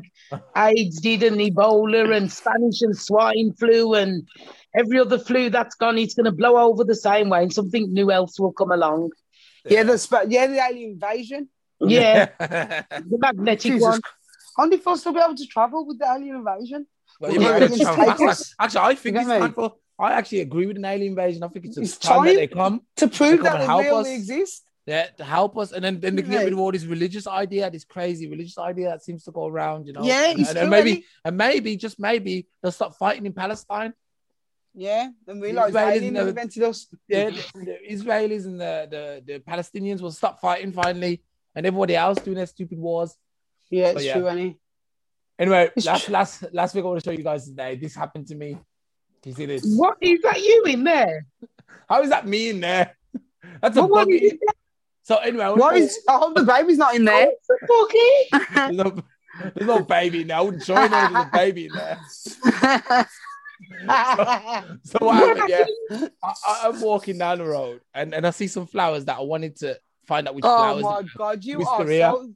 [SPEAKER 4] AIDS did and Ebola and Spanish and swine flu and every other flu that's gone. It's going to blow over the same way and something new else will come
[SPEAKER 6] <laughs>
[SPEAKER 4] along.
[SPEAKER 6] Yeah, the sp- yeah, the alien invasion.
[SPEAKER 4] Yeah, the magnetic
[SPEAKER 6] Jesus,
[SPEAKER 4] one.
[SPEAKER 6] Christ. only for us to be able to travel with the alien invasion.
[SPEAKER 5] Well,
[SPEAKER 6] Well,
[SPEAKER 5] you might
[SPEAKER 6] yeah,
[SPEAKER 5] be
[SPEAKER 6] it's
[SPEAKER 5] traveling
[SPEAKER 6] taken.
[SPEAKER 5] backwards. Actually, I think
[SPEAKER 6] You
[SPEAKER 5] it's
[SPEAKER 6] know what I
[SPEAKER 5] time for. I actually agree with an alien invasion. I think it's,
[SPEAKER 6] It's
[SPEAKER 5] time,
[SPEAKER 6] time.
[SPEAKER 5] that they come
[SPEAKER 6] To prove
[SPEAKER 5] come
[SPEAKER 6] that
[SPEAKER 5] and
[SPEAKER 6] they
[SPEAKER 5] help
[SPEAKER 6] really
[SPEAKER 5] us.
[SPEAKER 6] exist.
[SPEAKER 5] yeah, to help us, and then, then they can get rid
[SPEAKER 6] Right.
[SPEAKER 5] of all this religious idea, this crazy religious idea that seems to go around. You know,
[SPEAKER 6] Yeah,
[SPEAKER 5] and,
[SPEAKER 6] it's
[SPEAKER 5] and, and
[SPEAKER 6] true,
[SPEAKER 5] maybe
[SPEAKER 6] isn't
[SPEAKER 5] and maybe just maybe they'll stop fighting in Palestine.
[SPEAKER 6] Yeah, and realize
[SPEAKER 5] Israelis
[SPEAKER 6] alien
[SPEAKER 5] never-
[SPEAKER 6] invented us.
[SPEAKER 5] Yeah, the, the Israelis and the, the the Palestinians will stop fighting finally, and everybody else doing their stupid wars.
[SPEAKER 6] Yeah, it's
[SPEAKER 5] But yeah.
[SPEAKER 6] true, Annie.
[SPEAKER 5] Anyway,
[SPEAKER 6] It's
[SPEAKER 5] last
[SPEAKER 6] tr-
[SPEAKER 5] last last week I want to show you guys today. This happened to me. Do you see this?
[SPEAKER 4] What is that you in there?
[SPEAKER 5] How is that me in there? <laughs> That's a
[SPEAKER 4] What, what is
[SPEAKER 5] buggy.
[SPEAKER 4] it? there?
[SPEAKER 5] So anyway, I
[SPEAKER 6] What
[SPEAKER 5] wouldn't-
[SPEAKER 6] is? I hope the baby's not in there.
[SPEAKER 4] It's a buggy.
[SPEAKER 5] there's no, there's no baby in there. I wouldn't join in with a baby in
[SPEAKER 6] <laughs>
[SPEAKER 5] there. So what happened? Yeah, I, I- I'm walking down the road and, and I see some flowers that I wanted to find out which
[SPEAKER 6] oh
[SPEAKER 5] flowers.
[SPEAKER 6] my god, you are
[SPEAKER 5] Wisteria.
[SPEAKER 6] so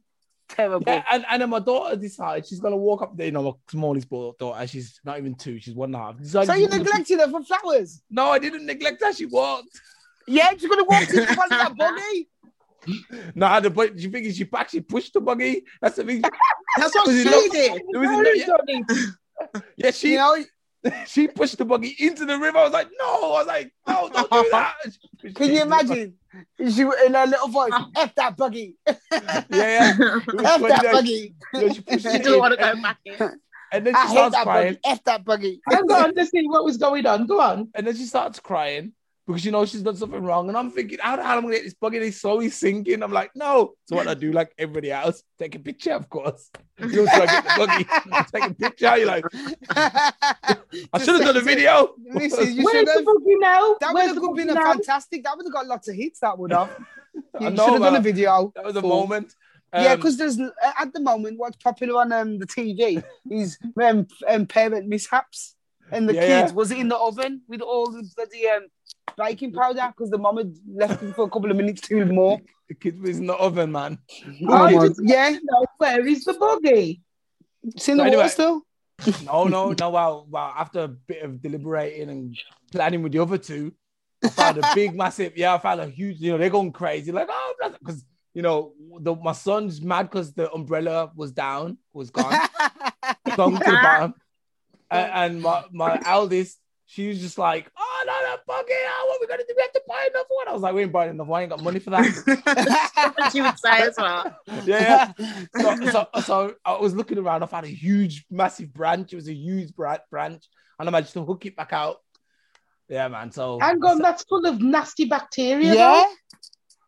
[SPEAKER 6] terrible.
[SPEAKER 5] Yeah, and, and then my daughter decides she's gonna walk up there, you know, my smallest bo- daughter, she's not even two, she's one and a half. Decides
[SPEAKER 6] So you
[SPEAKER 5] <laughs> she's gonna-
[SPEAKER 6] neglected her for flowers?
[SPEAKER 5] No, I didn't neglect her. She walked.
[SPEAKER 6] Yeah, she's gonna walk into front of <laughs> that buggy.
[SPEAKER 5] No, the but she figured she actually pushed the buggy. That's the thing.
[SPEAKER 3] That's what
[SPEAKER 5] Was it
[SPEAKER 3] she
[SPEAKER 5] not-
[SPEAKER 3] did.
[SPEAKER 5] There was no- yeah, <laughs> yeah, she
[SPEAKER 6] You know,
[SPEAKER 5] she pushed the buggy into the river. I was like, no, I was like, no,
[SPEAKER 6] <laughs>
[SPEAKER 5] don't do that.
[SPEAKER 6] can you imagine? She in her little voice, "F that buggy, f
[SPEAKER 5] <laughs> Yeah, yeah. It was
[SPEAKER 6] that
[SPEAKER 5] funny though.
[SPEAKER 6] buggy."
[SPEAKER 5] Yeah,
[SPEAKER 6] <laughs>
[SPEAKER 5] she pushed
[SPEAKER 3] She
[SPEAKER 5] it
[SPEAKER 3] didn't
[SPEAKER 5] in,
[SPEAKER 3] want to go
[SPEAKER 5] and-
[SPEAKER 3] back in.
[SPEAKER 5] And then
[SPEAKER 6] I
[SPEAKER 5] she
[SPEAKER 6] hate
[SPEAKER 5] starts
[SPEAKER 6] that
[SPEAKER 5] crying.
[SPEAKER 6] buggy. F that buggy. <laughs>
[SPEAKER 4] Hang on, let's see what was going on. Go on.
[SPEAKER 5] And then she starts crying because you know she's done something wrong. And I'm thinking, how the hell am I gonna get this buggy? They slowly sinking. I'm like, no. So what I do, like everybody else, take a picture,
[SPEAKER 6] <laughs>
[SPEAKER 5] of course. You know, so I get the buggy, <laughs> take a picture. You're like, I should have done a video.
[SPEAKER 6] Listen, you
[SPEAKER 4] Where's
[SPEAKER 6] should
[SPEAKER 4] the
[SPEAKER 6] have.
[SPEAKER 4] buggy now?
[SPEAKER 6] That would
[SPEAKER 4] Where's
[SPEAKER 6] have
[SPEAKER 4] the
[SPEAKER 6] could
[SPEAKER 4] buggy
[SPEAKER 6] been a
[SPEAKER 4] now?
[SPEAKER 6] fantastic. That would have got lots of hits. That would have.
[SPEAKER 5] <laughs> I
[SPEAKER 6] You should
[SPEAKER 5] know,
[SPEAKER 6] have done a
[SPEAKER 5] but
[SPEAKER 6] video.
[SPEAKER 5] That was a
[SPEAKER 6] for-
[SPEAKER 5] moment.
[SPEAKER 6] yeah,
[SPEAKER 5] Um,
[SPEAKER 6] because there's at the moment what's popular on um, the TV is um, um, parent mishaps and the
[SPEAKER 5] Yeah,
[SPEAKER 6] kids
[SPEAKER 5] yeah.
[SPEAKER 6] was it in the oven with all the bloody um, baking powder because the mom had left it for a couple of minutes too more.
[SPEAKER 5] the kid was in the oven, man.
[SPEAKER 6] Oh,
[SPEAKER 4] I
[SPEAKER 6] my-
[SPEAKER 4] just-
[SPEAKER 6] yeah,
[SPEAKER 4] No, where is the buggy?
[SPEAKER 6] it's in the
[SPEAKER 5] So
[SPEAKER 6] wall
[SPEAKER 5] anyway-
[SPEAKER 6] still.
[SPEAKER 5] No, no, no. Well, well, after a bit of deliberating and planning with the other two, I found a big, massive. Yeah, I found a huge. You know, they're going crazy. Like, oh, because you know, the, my son's mad because the umbrella was down, was gone, sunk to the bottom, and, and my my eldest. She was just like, oh no, that buggy! Oh, what we gonna do? We have to buy another one. I was like, we ain't buying another one. I ain't got money for that.
[SPEAKER 3] She would say as well.
[SPEAKER 5] yeah, yeah. <laughs> so, so, so I was looking around. I found a huge, massive branch. It was a huge bra- branch, and I managed to hook it back out. Yeah, man. So
[SPEAKER 4] Hang on, that's full of nasty bacteria.
[SPEAKER 6] yeah,
[SPEAKER 4] though.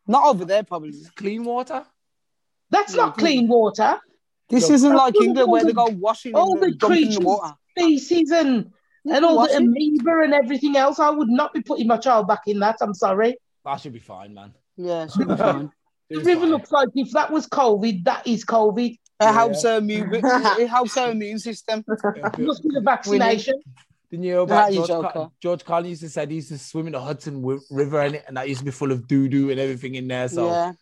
[SPEAKER 6] not over there probably.
[SPEAKER 5] clean water. Mm-hmm.
[SPEAKER 4] That's not clean water.
[SPEAKER 6] This
[SPEAKER 4] Look,
[SPEAKER 6] isn't
[SPEAKER 4] that's
[SPEAKER 6] like
[SPEAKER 4] what
[SPEAKER 6] England
[SPEAKER 4] all
[SPEAKER 6] where they
[SPEAKER 4] the-
[SPEAKER 6] go washing
[SPEAKER 4] all
[SPEAKER 6] and
[SPEAKER 4] the
[SPEAKER 6] then dumping in
[SPEAKER 4] creatures,
[SPEAKER 6] the water.
[SPEAKER 4] species, and and all the amoeba and everything else. I would not be putting my child back in that. I'm sorry.
[SPEAKER 5] That should be fine, man.
[SPEAKER 6] Yeah,
[SPEAKER 4] should be
[SPEAKER 6] <laughs>
[SPEAKER 4] fine. The river looks like if that was COVID, that is COVID.
[SPEAKER 6] It helps her immune. it helps her immune system.
[SPEAKER 4] Must be the vaccination.
[SPEAKER 5] Didn't you know
[SPEAKER 6] Nah,
[SPEAKER 5] about
[SPEAKER 6] you
[SPEAKER 5] George, Car-
[SPEAKER 6] joker.
[SPEAKER 5] George Carlin used to say he used to swim in the Hudson wi- River and, and that used to be full of doo doo and everything in there. So
[SPEAKER 6] Yeah.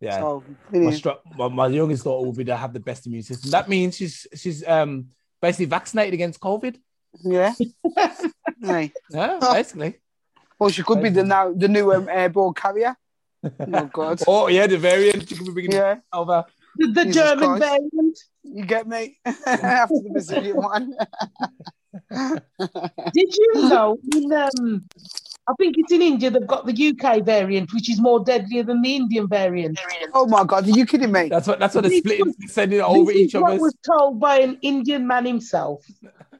[SPEAKER 5] yeah.
[SPEAKER 6] So, it
[SPEAKER 5] my,
[SPEAKER 6] is.
[SPEAKER 5] stra- my, my youngest daughter will be to have the best immune system. That means she's she's um basically vaccinated against COVID.
[SPEAKER 6] Yeah. Hey.
[SPEAKER 5] Yeah, basically.
[SPEAKER 6] Or she could be the now the new um, airborne carrier. Oh God.
[SPEAKER 5] <laughs> Oh yeah, the variant. She could be bringing
[SPEAKER 6] Yeah.
[SPEAKER 5] over.
[SPEAKER 4] The, the
[SPEAKER 6] Jesus
[SPEAKER 4] German
[SPEAKER 6] Christ.
[SPEAKER 4] variant.
[SPEAKER 6] You get me <laughs> after the Brazilian one.
[SPEAKER 4] Did
[SPEAKER 6] <laughs>
[SPEAKER 4] you know? In, um, I think it's in India. They've got the UK variant, which is more deadlier than the Indian variant.
[SPEAKER 6] Oh my God, are you kidding me?
[SPEAKER 5] That's what that's what they're
[SPEAKER 4] This
[SPEAKER 5] splitting,
[SPEAKER 4] was-
[SPEAKER 5] sending it over
[SPEAKER 4] this is
[SPEAKER 5] each
[SPEAKER 4] what
[SPEAKER 5] other.
[SPEAKER 4] was told by an Indian man himself.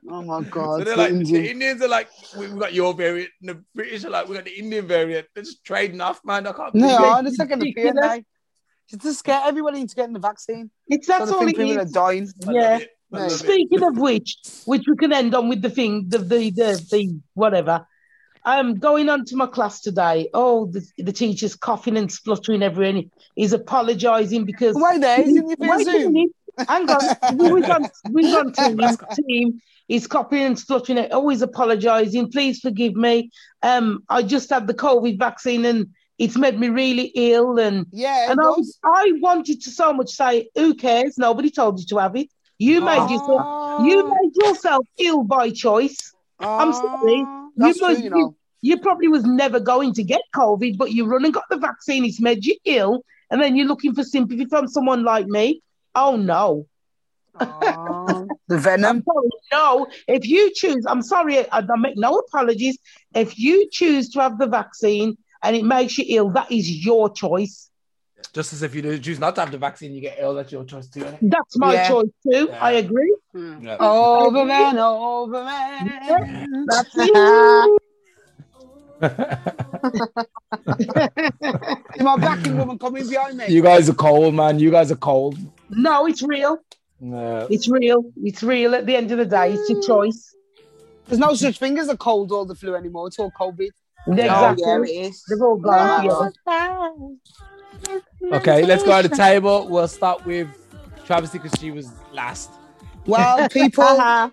[SPEAKER 6] Oh my
[SPEAKER 5] So
[SPEAKER 6] God.
[SPEAKER 5] they're
[SPEAKER 6] the
[SPEAKER 5] like, the
[SPEAKER 6] Indian.
[SPEAKER 5] Indians are like, we, we got your variant, and the British are like, we got the Indian variant. They're just trading off, man. I can't
[SPEAKER 6] No,
[SPEAKER 5] believe it.
[SPEAKER 6] I'm just taking the
[SPEAKER 4] ridiculous.
[SPEAKER 6] pill now. Just to scare everybody into getting the vaccine.
[SPEAKER 4] It's
[SPEAKER 6] That's
[SPEAKER 4] that's
[SPEAKER 6] so
[SPEAKER 4] all
[SPEAKER 6] they
[SPEAKER 4] it
[SPEAKER 6] think people are
[SPEAKER 4] is.
[SPEAKER 6] dying.
[SPEAKER 5] I love
[SPEAKER 4] Yeah.
[SPEAKER 5] it. I love it.
[SPEAKER 4] Speaking of which, which we can end on with the thing, the the the, the whatever. I'm going on to my class today. Oh, the, the teacher's coughing and spluttering everywhere. And he's apologising because.
[SPEAKER 6] Wait there, he's in the
[SPEAKER 4] Wait a
[SPEAKER 6] Zoom.
[SPEAKER 4] minute. Hang on. we was on, we was
[SPEAKER 6] <laughs>
[SPEAKER 4] on team, team. He's coughing and spluttering. and Always apologising. Please forgive me. Um, I just had the COVID vaccine and it's made me really ill. And
[SPEAKER 6] Yeah,
[SPEAKER 4] and
[SPEAKER 6] it
[SPEAKER 4] I,
[SPEAKER 6] was.
[SPEAKER 4] was, I wanted to so much say, who cares? Nobody told you to have it. You made
[SPEAKER 6] Ah.
[SPEAKER 4] yourself, you
[SPEAKER 6] Oh.
[SPEAKER 4] made yourself ill by choice. I'm sorry.
[SPEAKER 6] Oh, That's
[SPEAKER 4] you,
[SPEAKER 6] true,
[SPEAKER 4] was,
[SPEAKER 6] you know.
[SPEAKER 4] you probably was never going to get COVID, but you run and got the vaccine. It's made you ill, and then you're looking for sympathy from someone like me. Oh no, <laughs>
[SPEAKER 6] Oh, the
[SPEAKER 4] I'm
[SPEAKER 6] venom.
[SPEAKER 4] sorry. No, if you choose, I'm sorry. I, I make no apologies. If you choose to have the vaccine and it makes you ill, that is your choice.
[SPEAKER 5] Just as if you do- choose not to have the vaccine, you get ill. That's your choice too. innit?
[SPEAKER 4] That's my
[SPEAKER 6] Yeah.
[SPEAKER 4] choice too.
[SPEAKER 5] Yeah.
[SPEAKER 4] I agree.
[SPEAKER 5] Yeah.
[SPEAKER 4] Oh.
[SPEAKER 6] Over man, over man.
[SPEAKER 4] That's it.
[SPEAKER 6] My backing woman coming behind me.
[SPEAKER 5] you guys are cold, man. You guys are cold.
[SPEAKER 4] no, it's real.
[SPEAKER 5] No.
[SPEAKER 4] It's real. It's real. At the end of the day, it's your choice.
[SPEAKER 6] There's no such thing as a cold or the flu anymore. It's all COVID.
[SPEAKER 11] Oh,
[SPEAKER 4] Exactly.
[SPEAKER 11] yeah, it is.
[SPEAKER 4] They've
[SPEAKER 3] Oh,
[SPEAKER 4] all gone.
[SPEAKER 11] Wow.
[SPEAKER 4] Yeah.
[SPEAKER 5] Okay, let's go to the table. We'll start with Travesty because she was last.
[SPEAKER 4] <laughs>
[SPEAKER 6] Well, people,
[SPEAKER 4] Uh-huh.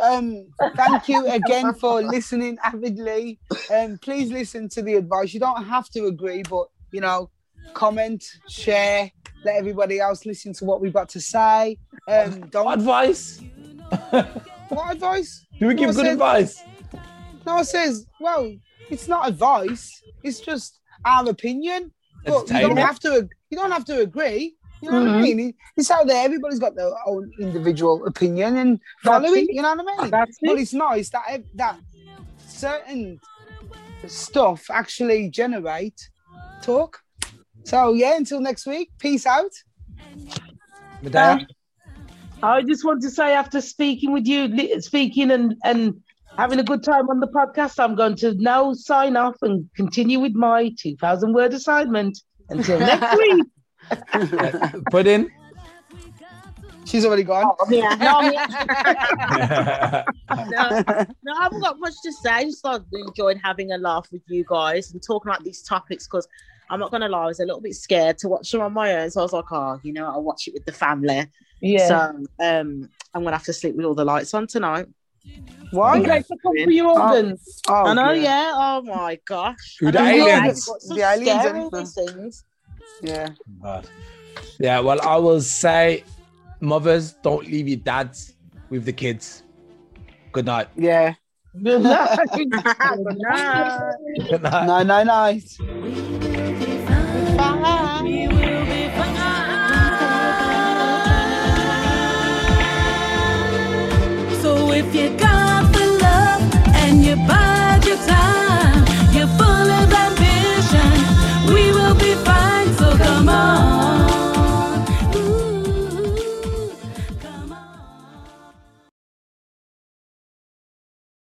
[SPEAKER 3] Uh-huh.
[SPEAKER 6] um, thank you again for listening avidly. Um, please listen to the advice. You don't have to agree, but you know, comment, share, let everybody else listen to what we've got to say. Um,
[SPEAKER 5] What
[SPEAKER 6] don't
[SPEAKER 5] advice?
[SPEAKER 6] what advice?
[SPEAKER 5] Do we
[SPEAKER 6] No, I
[SPEAKER 5] give good
[SPEAKER 6] said-
[SPEAKER 5] advice?
[SPEAKER 6] No, it says, well, it's not advice. It's just our opinion. But you don't
[SPEAKER 5] Entertainment.
[SPEAKER 6] have to. ag- You don't have to agree. You know what I
[SPEAKER 3] Mm-hmm.
[SPEAKER 6] mean? It's out there. Everybody's got their own individual opinion and
[SPEAKER 4] That's
[SPEAKER 6] follow it.
[SPEAKER 4] it.
[SPEAKER 6] You know what I mean?
[SPEAKER 4] That's
[SPEAKER 6] But
[SPEAKER 4] it.
[SPEAKER 6] it's nice that ev- that certain stuff actually generate talk. So yeah, until next week. Peace out.
[SPEAKER 5] Madame?
[SPEAKER 4] I just want to say, after speaking with you, li- speaking and and having a good time on the podcast, I'm going to now sign off and continue with my 2,000 word assignment. Until next week.
[SPEAKER 5] Put
[SPEAKER 4] <laughs>
[SPEAKER 5] in. <laughs>
[SPEAKER 6] She's already gone.
[SPEAKER 3] Oh, <laughs> yeah. No, I mean, no,
[SPEAKER 6] Thank
[SPEAKER 3] no, I haven't got much to say. I just like, enjoyed having a laugh with you guys and talking about these topics because I'm not going to lie, I was a little bit scared to watch them on my own. So I was like, oh, you know, I'll watch it with the family.
[SPEAKER 4] Yeah.
[SPEAKER 3] So um, I'm going to have to sleep with all the lights on tonight.
[SPEAKER 4] I'm
[SPEAKER 5] Okay.
[SPEAKER 4] grateful for your organs.
[SPEAKER 6] Oh,
[SPEAKER 3] I know,
[SPEAKER 6] dear.
[SPEAKER 3] yeah. Oh my gosh.
[SPEAKER 5] Who
[SPEAKER 3] I
[SPEAKER 5] the
[SPEAKER 3] don't know,
[SPEAKER 5] aliens?
[SPEAKER 3] like, what's
[SPEAKER 6] The aliens,
[SPEAKER 3] scary,
[SPEAKER 6] aren't
[SPEAKER 3] these things.
[SPEAKER 6] Yeah.
[SPEAKER 5] But, yeah, well, I will say, mothers, don't leave your dads with the kids. Good night.
[SPEAKER 6] Yeah.
[SPEAKER 4] Good night.
[SPEAKER 3] Good night.
[SPEAKER 5] Good
[SPEAKER 6] No,
[SPEAKER 5] night.
[SPEAKER 6] no, no.
[SPEAKER 12] We will be fine. So if you got the love and you buy